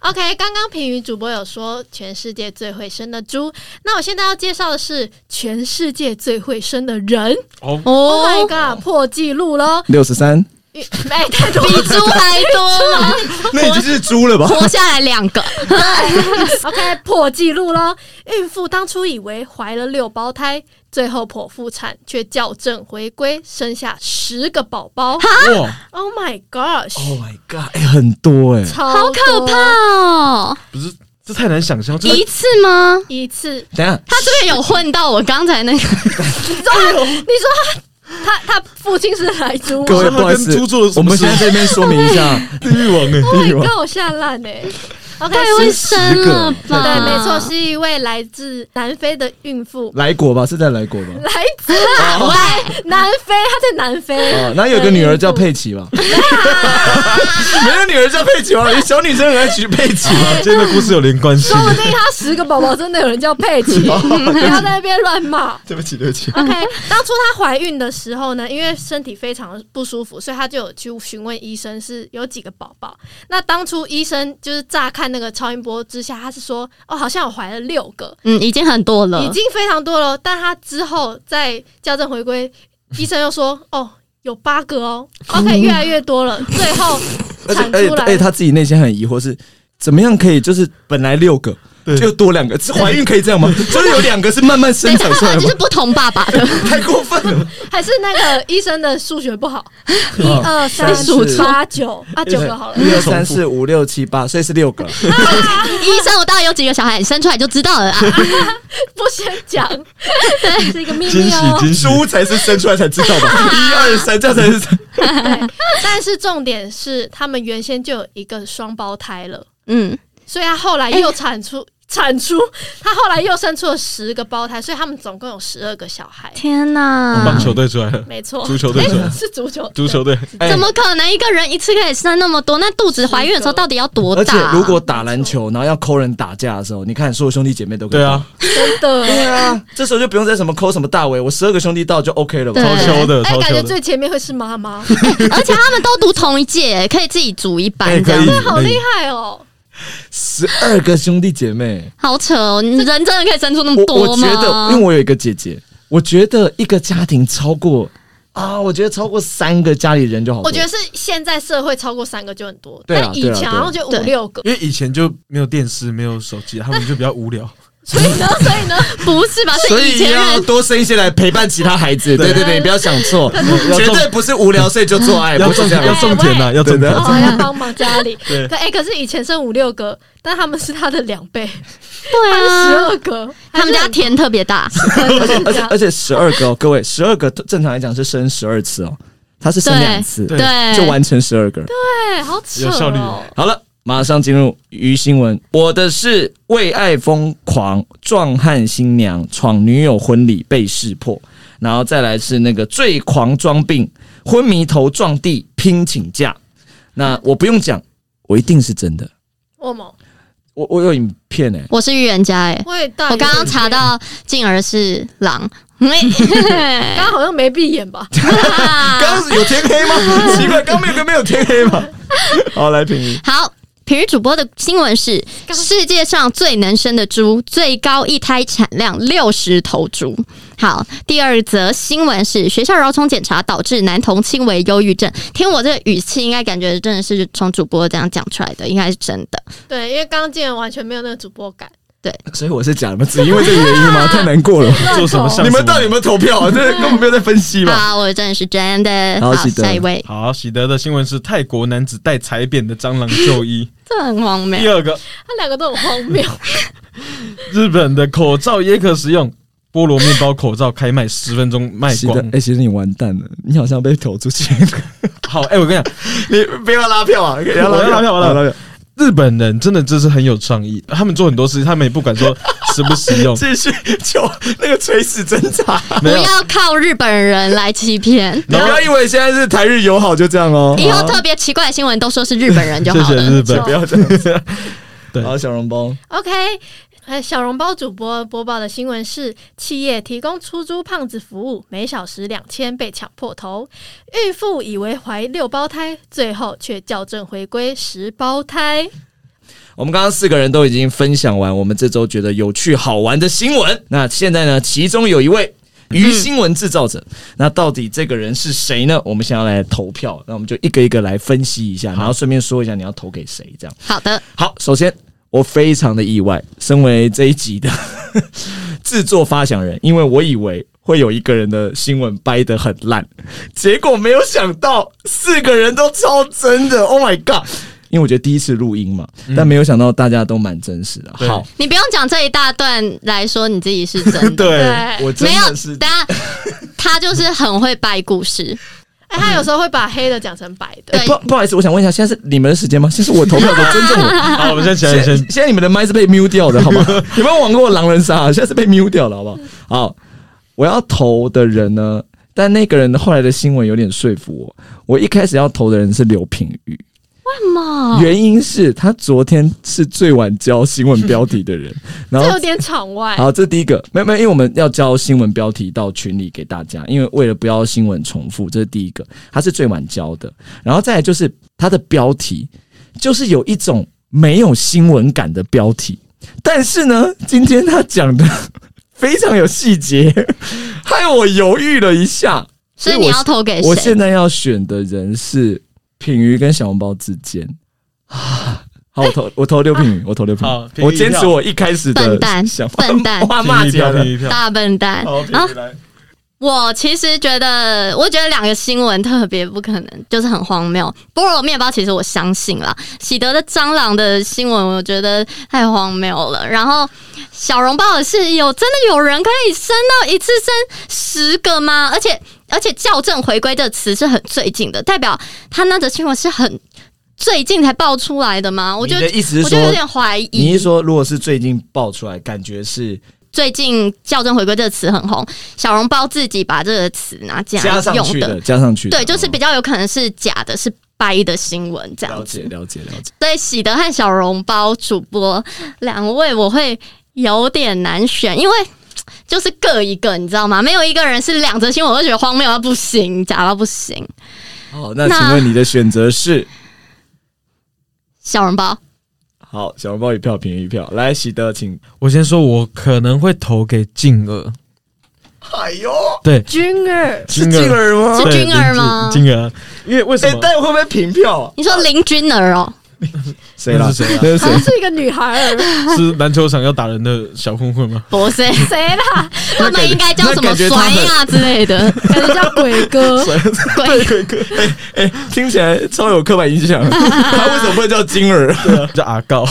Speaker 3: OK，刚刚评语主播有说全世界最会生的猪，那我现在要介绍的是全世界最会生的人。
Speaker 4: 哦，
Speaker 3: Oh
Speaker 2: 哦
Speaker 3: my，god，破纪录 喽！
Speaker 1: 六十三，
Speaker 3: 哎、太多
Speaker 2: 比猪还多吗？
Speaker 1: 那已经是猪了吧？
Speaker 2: 活下来两个，
Speaker 3: OK，破纪录喽！孕妇当初以为怀了六胞胎，最后剖腹产却校正回归，生下十个宝宝。
Speaker 4: 哦哇，
Speaker 3: Oh my gosh！、
Speaker 1: Oh my god，哎、很多哎、
Speaker 3: 超
Speaker 2: 好可
Speaker 3: 多
Speaker 2: 怕！哦！
Speaker 4: 不是，这太难想象，这
Speaker 2: 一次吗？
Speaker 3: 一次，
Speaker 1: 等一下，
Speaker 2: 他这边有混到我刚才那个，
Speaker 3: 你说
Speaker 2: 哎
Speaker 3: 他，啊你说他，他他父亲是来 猪
Speaker 1: 各
Speaker 3: 吗？
Speaker 1: 位不好意思
Speaker 4: 跟猪做了，什
Speaker 1: 我
Speaker 4: 么
Speaker 1: 们
Speaker 4: 事
Speaker 1: 现在在这边说明一下，Oh
Speaker 4: 地狱王 哎，
Speaker 1: 地狱王
Speaker 3: 被 Oh 我吓烂哎！OK，
Speaker 2: 太会生了吧？
Speaker 3: 对，没错，是一位来自南非的孕妇，
Speaker 1: 来国吧，是在来 国吧？
Speaker 3: 来自
Speaker 2: 喂，
Speaker 3: 南非，她在南非。
Speaker 1: 哦，然后有个女儿叫佩奇 吧？没有女儿叫佩奇吗？有小女生很爱取佩奇吗？
Speaker 4: 今天的故事有连贯性
Speaker 3: 说，不定他十个宝宝真的有人叫佩 奇，
Speaker 1: 哦
Speaker 3: 不要在那边乱骂。
Speaker 1: 对不起，对不起。
Speaker 3: OK，当初她怀孕的时候呢，因为身体非常不舒服，所以她就有去询问医生是有几个宝宝。那当初医生就是乍看那个超音波之下，他是说哦，好像我怀了六个，
Speaker 2: 嗯，已经很多了，
Speaker 3: 已经非常多了。但她之后在校正回归，医生又说哦，有八个 哦，OK，越来越多了。最后
Speaker 1: 而且
Speaker 3: 产
Speaker 1: 而且
Speaker 3: 出来
Speaker 1: 而且她自己内心很疑惑是。怎么样可以就是本来六个，
Speaker 4: 对
Speaker 1: 就多两个？是怀孕可以这样 吗？就是有两个是慢慢生
Speaker 2: 对，
Speaker 1: 产
Speaker 2: 哎他
Speaker 1: 出来
Speaker 2: 好
Speaker 1: 吗
Speaker 2: 像就？是不同爸爸的，
Speaker 1: 太 过分了！
Speaker 3: 还是那个医生的数学 不好，一
Speaker 1: 哦
Speaker 3: 二三
Speaker 1: 三
Speaker 3: 四
Speaker 1: 四
Speaker 3: 八九啊，九 个好了。
Speaker 1: 一二三四五六七八，所以是六个。
Speaker 2: 医生，我到底有几个小孩？你生出来就知道了啊！
Speaker 3: 不先讲，是一个秘
Speaker 4: 惊
Speaker 3: 密
Speaker 4: 喜
Speaker 3: 哦。
Speaker 4: 惊喜，
Speaker 1: 猪才是生出来才知 道吧？一二三，这样才是。
Speaker 3: 但是重点是，他们原先就有一个双胞胎了，
Speaker 2: 嗯，
Speaker 3: 所以他后来又产 出、产出，他后来又生出了十个胞胎，所以他们总共有十二个小孩。
Speaker 2: 天哪
Speaker 4: 棒，球队出来了，
Speaker 3: 没错，
Speaker 4: 足球队出来 了，
Speaker 3: 是足球，
Speaker 4: 足球队，
Speaker 1: 哎
Speaker 2: 怎么可能一个人一次可以生那么多？那肚子怀孕的时候到底要多
Speaker 1: 而且
Speaker 2: 大啊？
Speaker 1: 如果打篮球，然后要抠人打架的时候，你看所有兄弟姐妹都可以
Speaker 4: 对啊，
Speaker 3: 真的。
Speaker 1: 对啊，这时候就不用再什么抠什么大围，我十二个兄弟到就 OK 了吧
Speaker 2: 对？
Speaker 4: 超球的，
Speaker 3: 哎、
Speaker 4: 超
Speaker 3: 感觉
Speaker 4: 球的，
Speaker 3: 最前面会是 妈妈，
Speaker 2: 而且他们都读同一届，可以自己组一
Speaker 4: 哎
Speaker 2: 班这
Speaker 4: 可以
Speaker 2: 样，
Speaker 3: 好厉害哦！
Speaker 1: 十二个兄弟姐妹，
Speaker 2: 好扯哦！你人真的可以生出那么
Speaker 1: 我
Speaker 2: 多
Speaker 1: 我觉
Speaker 2: 吗？
Speaker 1: 得，因 为我有一个姐姐，我觉得一个家庭超过啊，我觉得超过三个家里人就好多。
Speaker 3: 我觉得是现在社会超过三个就很多，
Speaker 1: 对啊
Speaker 3: 但以
Speaker 1: 对啊
Speaker 3: 前
Speaker 1: 对啊
Speaker 3: 好像就五
Speaker 2: 对
Speaker 3: 六个，
Speaker 4: 因为以前就没有电视，没有手机，他们就比较无聊，
Speaker 3: 所以呢，所以呢，
Speaker 2: 不是吧？
Speaker 1: 所
Speaker 2: 是以
Speaker 1: 以
Speaker 2: 前
Speaker 1: 要
Speaker 2: 人
Speaker 1: 多生一些来陪伴其他孩子。对对对，你不要想错，绝对不是无聊所以就做爱，
Speaker 4: 要
Speaker 1: 哎不是
Speaker 4: 种
Speaker 1: 这
Speaker 4: 要
Speaker 1: 样。
Speaker 4: 种田啊呐，要种
Speaker 1: 对
Speaker 4: 田
Speaker 1: 的，啊
Speaker 3: 哦，要帮忙家里。
Speaker 4: 对
Speaker 3: 可哎、可是以前生五六个，但他们是他的两倍，
Speaker 2: 对
Speaker 3: 他是十
Speaker 2: 啊，
Speaker 3: 二个，
Speaker 2: 他们家田特别大，
Speaker 1: 而且而且而
Speaker 3: 且
Speaker 1: 且十二个哦，各位，十二个正常来讲是生十二次哦，他是生两次，
Speaker 4: 对
Speaker 2: 对，
Speaker 1: 就完成十二个。
Speaker 3: 对，好扯、哦，
Speaker 4: 有效率
Speaker 1: 好了，马上进入鱼新闻。我的是为爱疯狂，壮汉新娘闯女友婚礼被识破，然后再来是那个最狂装病，昏迷头撞地拼请假。那我不用讲，我一定是真的。
Speaker 3: 我吗？
Speaker 1: 我我有影片哎、
Speaker 2: 我是预言家哎、
Speaker 3: 我也大
Speaker 2: 我刚刚查，到静儿是 狼，哎
Speaker 3: 刚刚好像没闭眼吧？
Speaker 1: 刚刚有天黑吗？奇怪，刚没有跟没有天黑 吗？好，来评语。
Speaker 2: 好。体育主播的新闻是：
Speaker 3: 刚
Speaker 2: 世界上最能生的猪，最高一胎产量六十头猪。好，第二则新闻是学校饶虫检查导致男童轻微忧郁症。听我这个语气，应该感觉真的是从主播这样讲出来的，应该是真的。
Speaker 3: 对，因为刚刚竟然完全没有那个主播感，
Speaker 1: 所以我是假的吗？只因为这个原因吗？太难过了。
Speaker 4: 做什么像什么
Speaker 1: 你们到底有没有投票、 啊？这根本没有在分析吧？
Speaker 2: 好，我真的是真的。
Speaker 1: 好
Speaker 2: 好，
Speaker 1: 记得
Speaker 2: 下一位，
Speaker 4: 好，喜德的新闻是泰国男子带踩扁的蟑螂 就医。
Speaker 2: 这很荒谬
Speaker 1: 哎
Speaker 4: 第。二个，
Speaker 3: 他两个都很荒谬。
Speaker 4: 日本的口罩也可食用，菠萝面包口罩开卖十分钟卖
Speaker 1: 其实，
Speaker 4: 光
Speaker 1: 哎、。其实你完蛋了，你好像被投出去。
Speaker 4: 好，哎、我跟你讲，
Speaker 1: 你不要拉票 啊！不要
Speaker 4: 我要拉票我要拉
Speaker 1: 票，，
Speaker 4: 日本人真的就是很有创意，他们做很多事情，他们也不管说实不实 用
Speaker 1: 继续求那个垂死挣扎。
Speaker 2: 不
Speaker 4: 没有。
Speaker 2: 要靠日本人来欺骗。
Speaker 1: 你不要以为现在是台日 友好就这样哦，
Speaker 2: 以后特别奇怪的新闻都说是日本人就
Speaker 4: 谢
Speaker 2: 好
Speaker 4: 谢
Speaker 1: 啊
Speaker 2: 了。
Speaker 4: 日本
Speaker 1: 不，要这样。
Speaker 4: 对
Speaker 1: 好，小笼包，
Speaker 3: OK，呃，小笼包主播播报的新闻是：企业提供出租胖子服务，每小时两千被抢破头。孕妇以为怀六胞胎，最后却校正回归十胞胎。
Speaker 1: 我们刚刚四个人都已经分享完我们这周觉得有趣好玩的新
Speaker 4: 嗯
Speaker 1: 闻。那现在呢，其中有一位鱼新闻制造
Speaker 4: 嗯
Speaker 1: 者，那到底这个人是谁呢？我们想要来投票，那我们就一个一个来分析一下，然后顺便说一下你要投给谁，这样。
Speaker 2: 好的，
Speaker 1: 好，首先我非常的意外，身为这一集的 制作发想人，因为我以为会有一个人的新闻掰得很烂，结果没有想到四个人都超真的，Oh my god！因为我觉得第一次录音嘛，但没有想到大家都蛮真实的。
Speaker 4: 对
Speaker 1: 好，
Speaker 2: 你不用讲这一大段来说你自己是真的，
Speaker 4: 对，
Speaker 1: 我真
Speaker 2: 没有
Speaker 1: 的是，
Speaker 2: 等 下他就是很会掰故事，
Speaker 3: 哎、他有时候会把黑的讲成白的。
Speaker 1: 哎不不好意思，我想问一下，现在是你们的时间吗？现在是我投票的，尊重我。
Speaker 4: 好，我们先起来
Speaker 1: 现在
Speaker 4: 先。
Speaker 1: 现在你们的麦是被 mute 掉的，好 吗？有没有玩过狼人杀、啊？现在是被 mute 掉了，好不 好？好，我要投的人呢？但那个人后来的新闻有点说服我。我一开始要投的人是刘品妤，
Speaker 2: 什么？
Speaker 1: 原因是他昨天是最晚交新闻标题的人，然
Speaker 3: 这
Speaker 1: 后
Speaker 3: 有点场外，
Speaker 1: 好，这第一个，没有没有，因为我们要交新闻标题到群里给大家，因为为了不要新闻重复，这是第一个，它是最晚交的。然后再来就是它的标题，就是有一种没有新闻感的标题，但是呢，今天他讲的 非常有细节， 害我犹豫了一下。
Speaker 2: 所以
Speaker 1: 我
Speaker 2: 你要
Speaker 1: 是
Speaker 2: 投给
Speaker 1: 我
Speaker 2: 谁
Speaker 1: 现？在要选的人是品瑜跟小笼包之 间啊。好，我投我投刘品瑜，我投刘品
Speaker 4: 好
Speaker 1: 瑜，
Speaker 4: 品
Speaker 1: 我
Speaker 4: 瑜
Speaker 1: 坚持
Speaker 4: 票
Speaker 1: 我一开始的
Speaker 2: 笨蛋
Speaker 1: 想法，
Speaker 2: 笨 蛋
Speaker 1: 哇，骂起来了。
Speaker 4: 一票。
Speaker 2: 大笨蛋
Speaker 1: 哦
Speaker 4: 好，
Speaker 2: 啊！
Speaker 4: 来，
Speaker 2: 我其实觉得，我觉得两个新闻特别不可能，就是很荒谬。菠萝面包其实我相信啦，喜德的蟑螂的新闻我觉得太荒谬了。然后小笼包的是有真的有人可以生到一次生十个吗？而且而且校正回归这个词是很最近的，代表他那则新闻是很最近才爆出来的吗？我就
Speaker 1: 你的意思是
Speaker 2: 我就有
Speaker 1: 说，
Speaker 2: 点怀疑。
Speaker 1: 你是说如果是最近爆出来，感觉是
Speaker 2: 最近“校正回归”这个词很红，小笼包自己把这个词拿进
Speaker 1: 加
Speaker 2: 来
Speaker 1: 上
Speaker 2: 用
Speaker 1: 去的，加上去的，哦
Speaker 2: 对，就是比较有可能是假的，是掰的新闻这
Speaker 1: 了
Speaker 2: 样
Speaker 1: 解
Speaker 2: 子。
Speaker 1: 了解了解。
Speaker 2: 对，喜德和小笼包主播两位，我会有点难选，因为。就是各一个，你知道吗？没有一个人是两则新闻，我就觉得荒谬到不行，假到不行。
Speaker 1: 好，那
Speaker 2: 那
Speaker 1: 请问你的选择是？
Speaker 2: 小笼包，
Speaker 1: 好，小笼包一票，平一票。来，喜德，请。
Speaker 4: 我先说，我可能会投给静儿，
Speaker 1: 哎呦，
Speaker 4: 对，
Speaker 3: 君儿
Speaker 1: 是
Speaker 4: 静
Speaker 1: 静
Speaker 4: 儿
Speaker 1: 儿吗？
Speaker 2: 是
Speaker 4: 对
Speaker 2: 静儿吗
Speaker 4: 静儿，啊因为为什
Speaker 1: 哎，
Speaker 4: 么？
Speaker 1: 但会不会平票啊？
Speaker 2: 你说林君儿哦，
Speaker 1: 谁啦？
Speaker 4: 那是谁啊
Speaker 1: 那是
Speaker 3: 好像
Speaker 1: 谁？
Speaker 3: 是一个女孩儿，
Speaker 4: 是篮球场要打人的小混混吗？
Speaker 2: 不是，
Speaker 3: 谁啦？
Speaker 2: 他们应该叫什么甩啊之类的。
Speaker 3: 感觉叫鬼哥。
Speaker 2: 鬼
Speaker 1: 哎，听起来超有刻板印 象。他为什么不能 叫金儿？
Speaker 4: 叫阿告，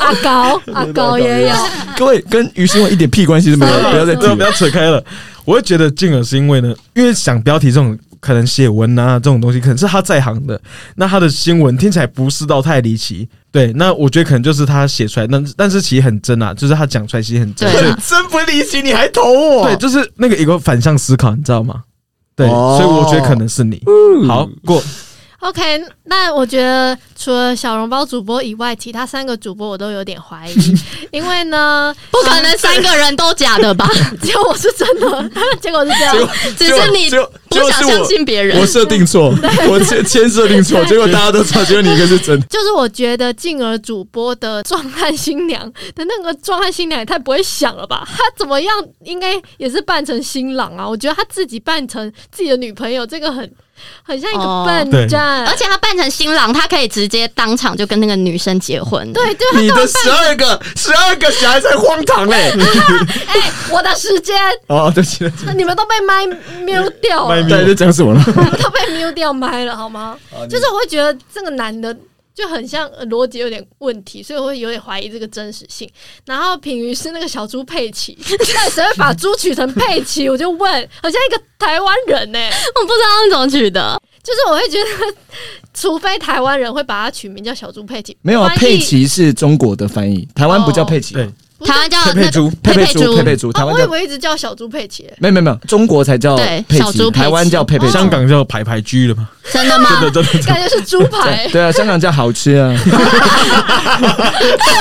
Speaker 3: 阿高，阿高也有，
Speaker 1: 各位跟于新闻一点屁关系都没 有，不要再提
Speaker 4: 不
Speaker 1: 了。
Speaker 4: 要扯开了。我会觉得静儿是因为呢，因为想标题这种可能写文啊这种东西，可能是他在行的，那他的新闻听起来不是到太离奇。对，那我觉得可能就是他写出来，那但是其实很真啊，就是他讲出来其实很真。
Speaker 2: 对
Speaker 1: 很真不离奇，你还投我？
Speaker 4: 对，就是那个有个反向思考，你知道吗？对，
Speaker 1: 哦
Speaker 4: 所以我觉得可能是你。好过，
Speaker 3: OK，那我觉得除了小笼包主播以外，其他三个主播我都有点 怀疑，因为呢，
Speaker 2: 不可能三个人都假 的吧？
Speaker 3: 结果我是真的， 结果是这样
Speaker 1: 结。果
Speaker 2: 只是你
Speaker 1: 结果
Speaker 2: 不
Speaker 1: 结果
Speaker 2: 想
Speaker 1: 是我
Speaker 2: 相信别人
Speaker 1: 我。设定错，我 签签设定错，结果大家都知道，结果你一个是真的。
Speaker 3: 就是我觉得静儿主播的壮汉新娘的那个壮汉新娘也太不会想了吧？她怎么样应该也是扮成新郎啊？我觉得她自己扮成自己的女朋友，这个很很像一
Speaker 2: 哦
Speaker 3: 个笨蛋。
Speaker 2: 而且他扮成新郎，他可以直接当场就跟那个女生结婚。
Speaker 3: 对 对，
Speaker 1: 你的十二个十二个小孩才荒唐嘞！
Speaker 3: 哎、我的时间
Speaker 1: 哦，对不起，对不起
Speaker 3: 你们都被麦瞄掉了，
Speaker 4: 麦
Speaker 1: 对，就讲什么了？
Speaker 3: 我都被瞄掉麦了，好吗？就是我会觉得这个男的就很像呃逻辑有点问题，所以我会有点怀疑这个真实性。然后品瑜是那个小猪佩奇，但谁会把猪取成佩奇？我就问，好像一个台湾人呢、
Speaker 2: 我不知道他们怎么取的。
Speaker 3: 就是我会觉得，除非台湾人会把它取名叫小猪佩奇，
Speaker 1: 没有啊，
Speaker 3: 翻译
Speaker 1: 佩奇是中国的翻译，台湾不叫佩奇。
Speaker 4: 对，
Speaker 3: 不是
Speaker 2: 台湾叫哦
Speaker 4: 佩
Speaker 2: 啊那
Speaker 4: 佩
Speaker 2: 个
Speaker 4: 猪
Speaker 1: 佩
Speaker 2: 佩
Speaker 1: 佩猪，佩佩
Speaker 2: 猪，
Speaker 1: 猪，
Speaker 2: 哦
Speaker 1: 台
Speaker 3: 啊，
Speaker 1: 湾
Speaker 3: 我以
Speaker 1: 叫
Speaker 3: 为一直叫小猪佩奇耶，
Speaker 1: 没有没有没有，中国才叫
Speaker 2: 对
Speaker 1: 佩
Speaker 2: 小
Speaker 1: 奇，
Speaker 2: 猪佩奇
Speaker 1: 台湾叫佩佩猪，
Speaker 4: 香港叫排排居了嘛？
Speaker 2: 真的吗？
Speaker 4: 真的真的，
Speaker 3: 感觉是猪排
Speaker 1: 对。对啊，香港叫好吃啊，
Speaker 3: 啊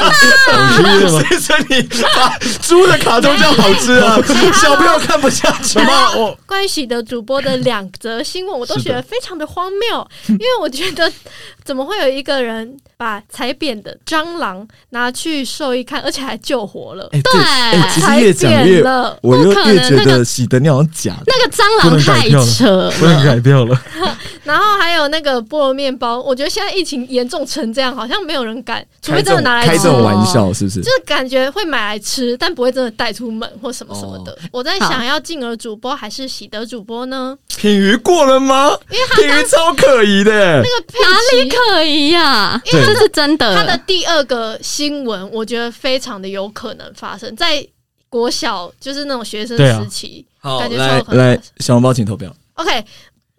Speaker 4: 我去了吗？
Speaker 1: 所以你把猪的卡通叫好吃 啊，小朋友看不下去
Speaker 4: 什么？我
Speaker 3: 关于喜德主播的两则新闻，我都觉得非常的荒 谬，因为我觉得怎么会有一个人把踩扁的蟑螂拿去兽医看，而且还救活了，
Speaker 1: 哎，
Speaker 2: 对
Speaker 1: 这哎，其实
Speaker 3: 踩
Speaker 1: 越讲
Speaker 3: 扁
Speaker 1: 越，
Speaker 3: 了。
Speaker 1: 我又
Speaker 2: 不可能
Speaker 1: 越觉
Speaker 2: 那
Speaker 1: 得喜德你好像假的。
Speaker 2: 那个蟑螂太扯，
Speaker 4: 不能改掉了，
Speaker 3: 然后还有那个菠萝面包，我觉得现在疫情严重成这样，好像没有人敢，除非真的拿来
Speaker 1: 开
Speaker 3: 吃
Speaker 1: 这。种玩笑是不是
Speaker 3: 就？是感觉会买来吃，但不会真的带出门或什么什么的。
Speaker 1: 哦
Speaker 3: 我在
Speaker 2: 好
Speaker 3: 想要进而主播还是喜德主播呢？
Speaker 1: 品鱼过了吗？品鱼超可疑的，
Speaker 3: 那个佩
Speaker 2: 哪
Speaker 3: 奇
Speaker 2: 里可疑呀、
Speaker 1: 因为
Speaker 2: 这是真
Speaker 3: 他的
Speaker 2: 的。
Speaker 3: 第二个新闻，我觉得非常的有可能发生在国小，就是那种学生
Speaker 4: 对啊
Speaker 3: 时期，
Speaker 1: 好
Speaker 3: 感觉超
Speaker 1: 来
Speaker 3: 有可能
Speaker 1: 来
Speaker 3: 发生。，
Speaker 1: 小笼包请投票，
Speaker 4: 啊
Speaker 3: OK，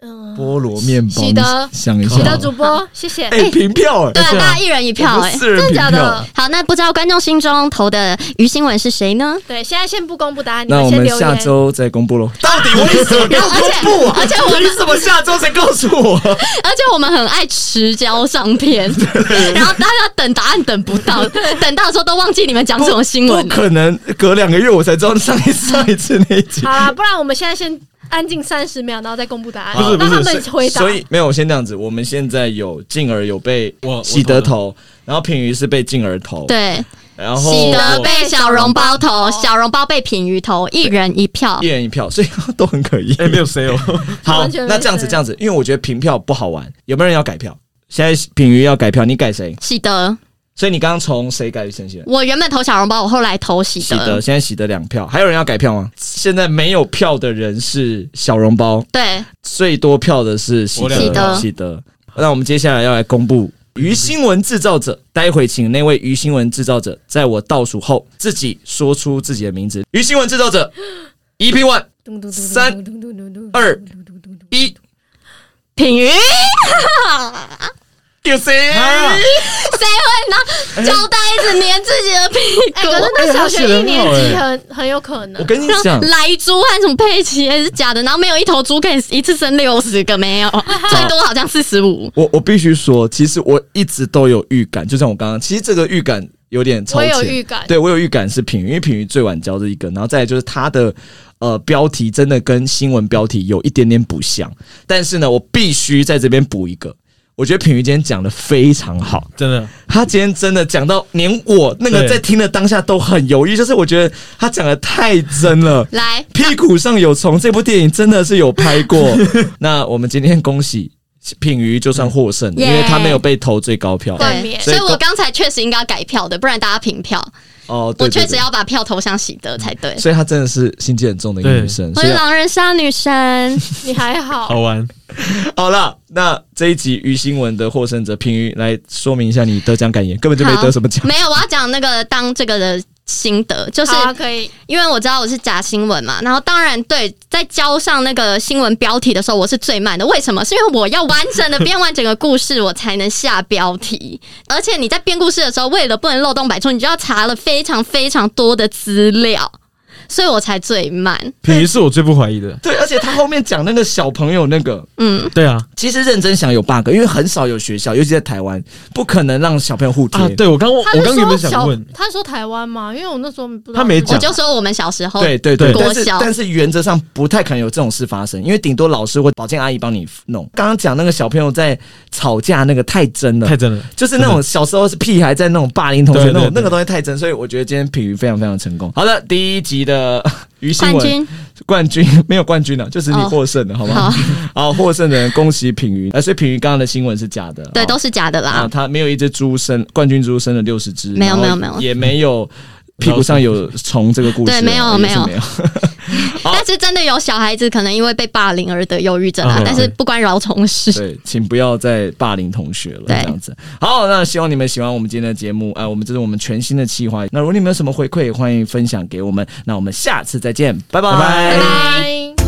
Speaker 3: 嗯、
Speaker 1: 菠萝面包，
Speaker 3: 喜德
Speaker 1: 你想一
Speaker 3: 喜德
Speaker 1: 下，
Speaker 3: 主播，谢谢。
Speaker 1: 哎，平票哎，
Speaker 2: 对啊，
Speaker 4: 对啊
Speaker 2: 大家一人一
Speaker 1: 我
Speaker 2: 票、
Speaker 1: 们
Speaker 2: 哎，
Speaker 1: 四人
Speaker 3: 真的
Speaker 1: 平
Speaker 3: 假
Speaker 1: 票
Speaker 3: 的。？
Speaker 2: 好，那不知道观众心中投的鱼新闻是谁呢？
Speaker 3: 对，现在先不公布答案，你
Speaker 1: 那我
Speaker 3: 先
Speaker 1: 们
Speaker 3: 留
Speaker 1: 下
Speaker 3: 言。
Speaker 1: 周再公布喽。 到底为什么要公布啊？
Speaker 2: 而且我
Speaker 1: 为什么下周才告诉 我？
Speaker 2: 而且我们很爱迟交 上片，然后大家等答案等不到，等到的时候都忘记你们讲什么新闻
Speaker 1: 不
Speaker 2: 了。
Speaker 1: 可能，隔两个月我才知道上一上一次那一集
Speaker 3: 好。啦，不然我们现在先安静三十秒，然后再公布答案，
Speaker 4: 不是不
Speaker 3: 让
Speaker 4: 是
Speaker 3: 他们回答。
Speaker 1: 所以没有，我先这样子。我们现在有进而有被
Speaker 4: 我我
Speaker 1: 喜德
Speaker 4: 投
Speaker 1: 投，然后品鱼是被进而投，，
Speaker 2: 对，
Speaker 1: 然后
Speaker 2: 喜德被小笼包投，
Speaker 3: 哦
Speaker 2: 小笼包被品鱼投，一人一票
Speaker 1: 一。人一票，所以都很可疑。
Speaker 4: 哎，没有谁哦，
Speaker 1: 好，
Speaker 3: 完全没
Speaker 1: 那这样子
Speaker 3: 谁
Speaker 1: 这样子，因为我觉得平票不好玩，有没有人要改票？现在品鱼要改票，你改谁？
Speaker 2: 喜德，
Speaker 1: 所以你刚刚从谁改成喜德？
Speaker 2: 我原本投小笼包，我后来投喜
Speaker 1: 喜德
Speaker 2: 德。
Speaker 1: 现在喜德两票，还有人要改票吗？现在没有票的人是小笼包，
Speaker 2: 对，
Speaker 1: 最多票的是喜
Speaker 4: 我两
Speaker 1: 德，
Speaker 2: 票
Speaker 1: 喜德。那我们接下来要来公布鱼新闻制造者，待会请那位鱼新闻制造者在我倒数后自己说出自己的名字。鱼新闻制造者，EP One，三二一，
Speaker 2: 品鱼
Speaker 1: 有谁？
Speaker 4: 啊
Speaker 2: 谁会拿胶带一直粘自己的屁
Speaker 3: 哎、可是
Speaker 2: 股？
Speaker 3: 那小
Speaker 4: 哎他写
Speaker 3: 学
Speaker 4: 得
Speaker 3: 一
Speaker 4: 很好
Speaker 3: 年级
Speaker 4: 哎
Speaker 3: 很很有可能
Speaker 1: 我。跟你讲，
Speaker 2: 来猪和什么佩奇也是假的，然后没有一头猪可以一次生六十个，没有，最多好像四十五。
Speaker 1: 我我必须说，其实我一直都有预感，就像我刚刚，其实这个预感有点超
Speaker 3: 我
Speaker 1: 前。
Speaker 3: 有预感，
Speaker 1: 对我有预感是品鱼，因为品鱼最晚交这一个，然后再来就是它的呃标题真的跟新闻标题有一点点不像，但是呢，我必须在这边补一个。我觉得品鱼今天讲的非常好，
Speaker 4: 真的
Speaker 1: 他今天真的讲到连我那个
Speaker 4: 对
Speaker 1: 在听的当下都很犹豫，就是我觉得他讲的太真了。
Speaker 2: 来，
Speaker 1: 屁股上有虫这部电影真的是有拍 过。那我们今天恭喜品鱼就算获胜，因为他没有被投最高票。
Speaker 3: 对
Speaker 2: 对，所以我刚才确实应该改票的，不然大家平票。
Speaker 1: 哦，对对
Speaker 2: 我确实
Speaker 1: 对。
Speaker 2: 要把票投向喜德才对。
Speaker 1: 所以她真的是啊心机很重的一个
Speaker 4: 对
Speaker 1: 女生。
Speaker 2: 我
Speaker 1: 所以
Speaker 2: 是狼人杀女神，
Speaker 3: 你还好。
Speaker 4: 好玩。
Speaker 1: 好了，那这一集于新闻的获胜者平鱼来说明一下你得奖感言，根本就没得什么奖。
Speaker 2: 没有，我要讲那个当这个的心得，就是
Speaker 3: 好啊，可以。
Speaker 2: 因为我知道我是假新闻嘛，然后当然对，在交上那个新闻标题的时候，我是最慢的。为什么？是因为我要完整的编完整个故事，我才能下标题。 而且你在编故事的时候，为了不能漏洞百出，你就要查了非常非常多的资料，所以我才最慢。
Speaker 4: 品鱼是我最不怀疑的，
Speaker 1: 对，而且他后面讲那个小朋友那个，
Speaker 2: 嗯，
Speaker 4: 对啊
Speaker 1: 其实认真想有 bug，因为很少有学校，尤其在台湾，不可能让小朋友互贴。
Speaker 4: 啊，对我刚我
Speaker 3: 他
Speaker 4: 我刚
Speaker 3: 是说
Speaker 4: 原本想
Speaker 3: 小
Speaker 4: 问，，
Speaker 3: 他是说台湾嘛，因为我那时候不知道
Speaker 4: 他没
Speaker 3: 是
Speaker 4: 讲
Speaker 2: 我就说我们小时候
Speaker 1: 对对对，
Speaker 2: 哦国
Speaker 1: 但是
Speaker 2: 小
Speaker 1: 但是原则上不太可能有这种事发生，因为顶多老师或保健阿姨帮你弄。刚刚讲那个小朋友在吵架，那个太真了
Speaker 4: 太。真了，
Speaker 1: 就是那种小时候是屁孩在那种霸凌同学
Speaker 4: 对对
Speaker 1: 那种
Speaker 4: 对
Speaker 1: 那个东西太真，所以我觉得今天品鱼非常非常成功。好的，第一集的鱼新
Speaker 2: 冠
Speaker 1: 闻啊
Speaker 2: 军。
Speaker 1: 冠军 没有冠军了、就是你
Speaker 2: 哦
Speaker 1: 获胜了，好不好
Speaker 2: 好？
Speaker 1: 好，获胜的人恭喜品鱼。啊，所以品鱼刚刚的新闻是假的，
Speaker 2: 对，
Speaker 1: 哦
Speaker 2: 都是假的
Speaker 1: 啊，
Speaker 2: 啦。
Speaker 1: 他没有一只猪生冠军猪生了六十只，
Speaker 2: 没
Speaker 1: 然后
Speaker 2: 有没有没有
Speaker 1: 也没有屁股上有虫这个故事哦，
Speaker 2: 对没有
Speaker 1: 也是
Speaker 2: 没有
Speaker 1: 没有。好
Speaker 2: 但是真的有小孩子可能因为被霸凌而得忧郁症啊
Speaker 4: 嗯，
Speaker 2: 但是不关饶虫事。
Speaker 1: 对，请不要再霸凌同学了，这
Speaker 2: 对
Speaker 1: 样子。好，那希望你们喜欢我们今天的节目啊、我们这是我们全新的企划。那如果你们有什么回馈，也欢迎分享给我们。那我们下次再见，拜
Speaker 4: 拜拜
Speaker 3: 拜拜。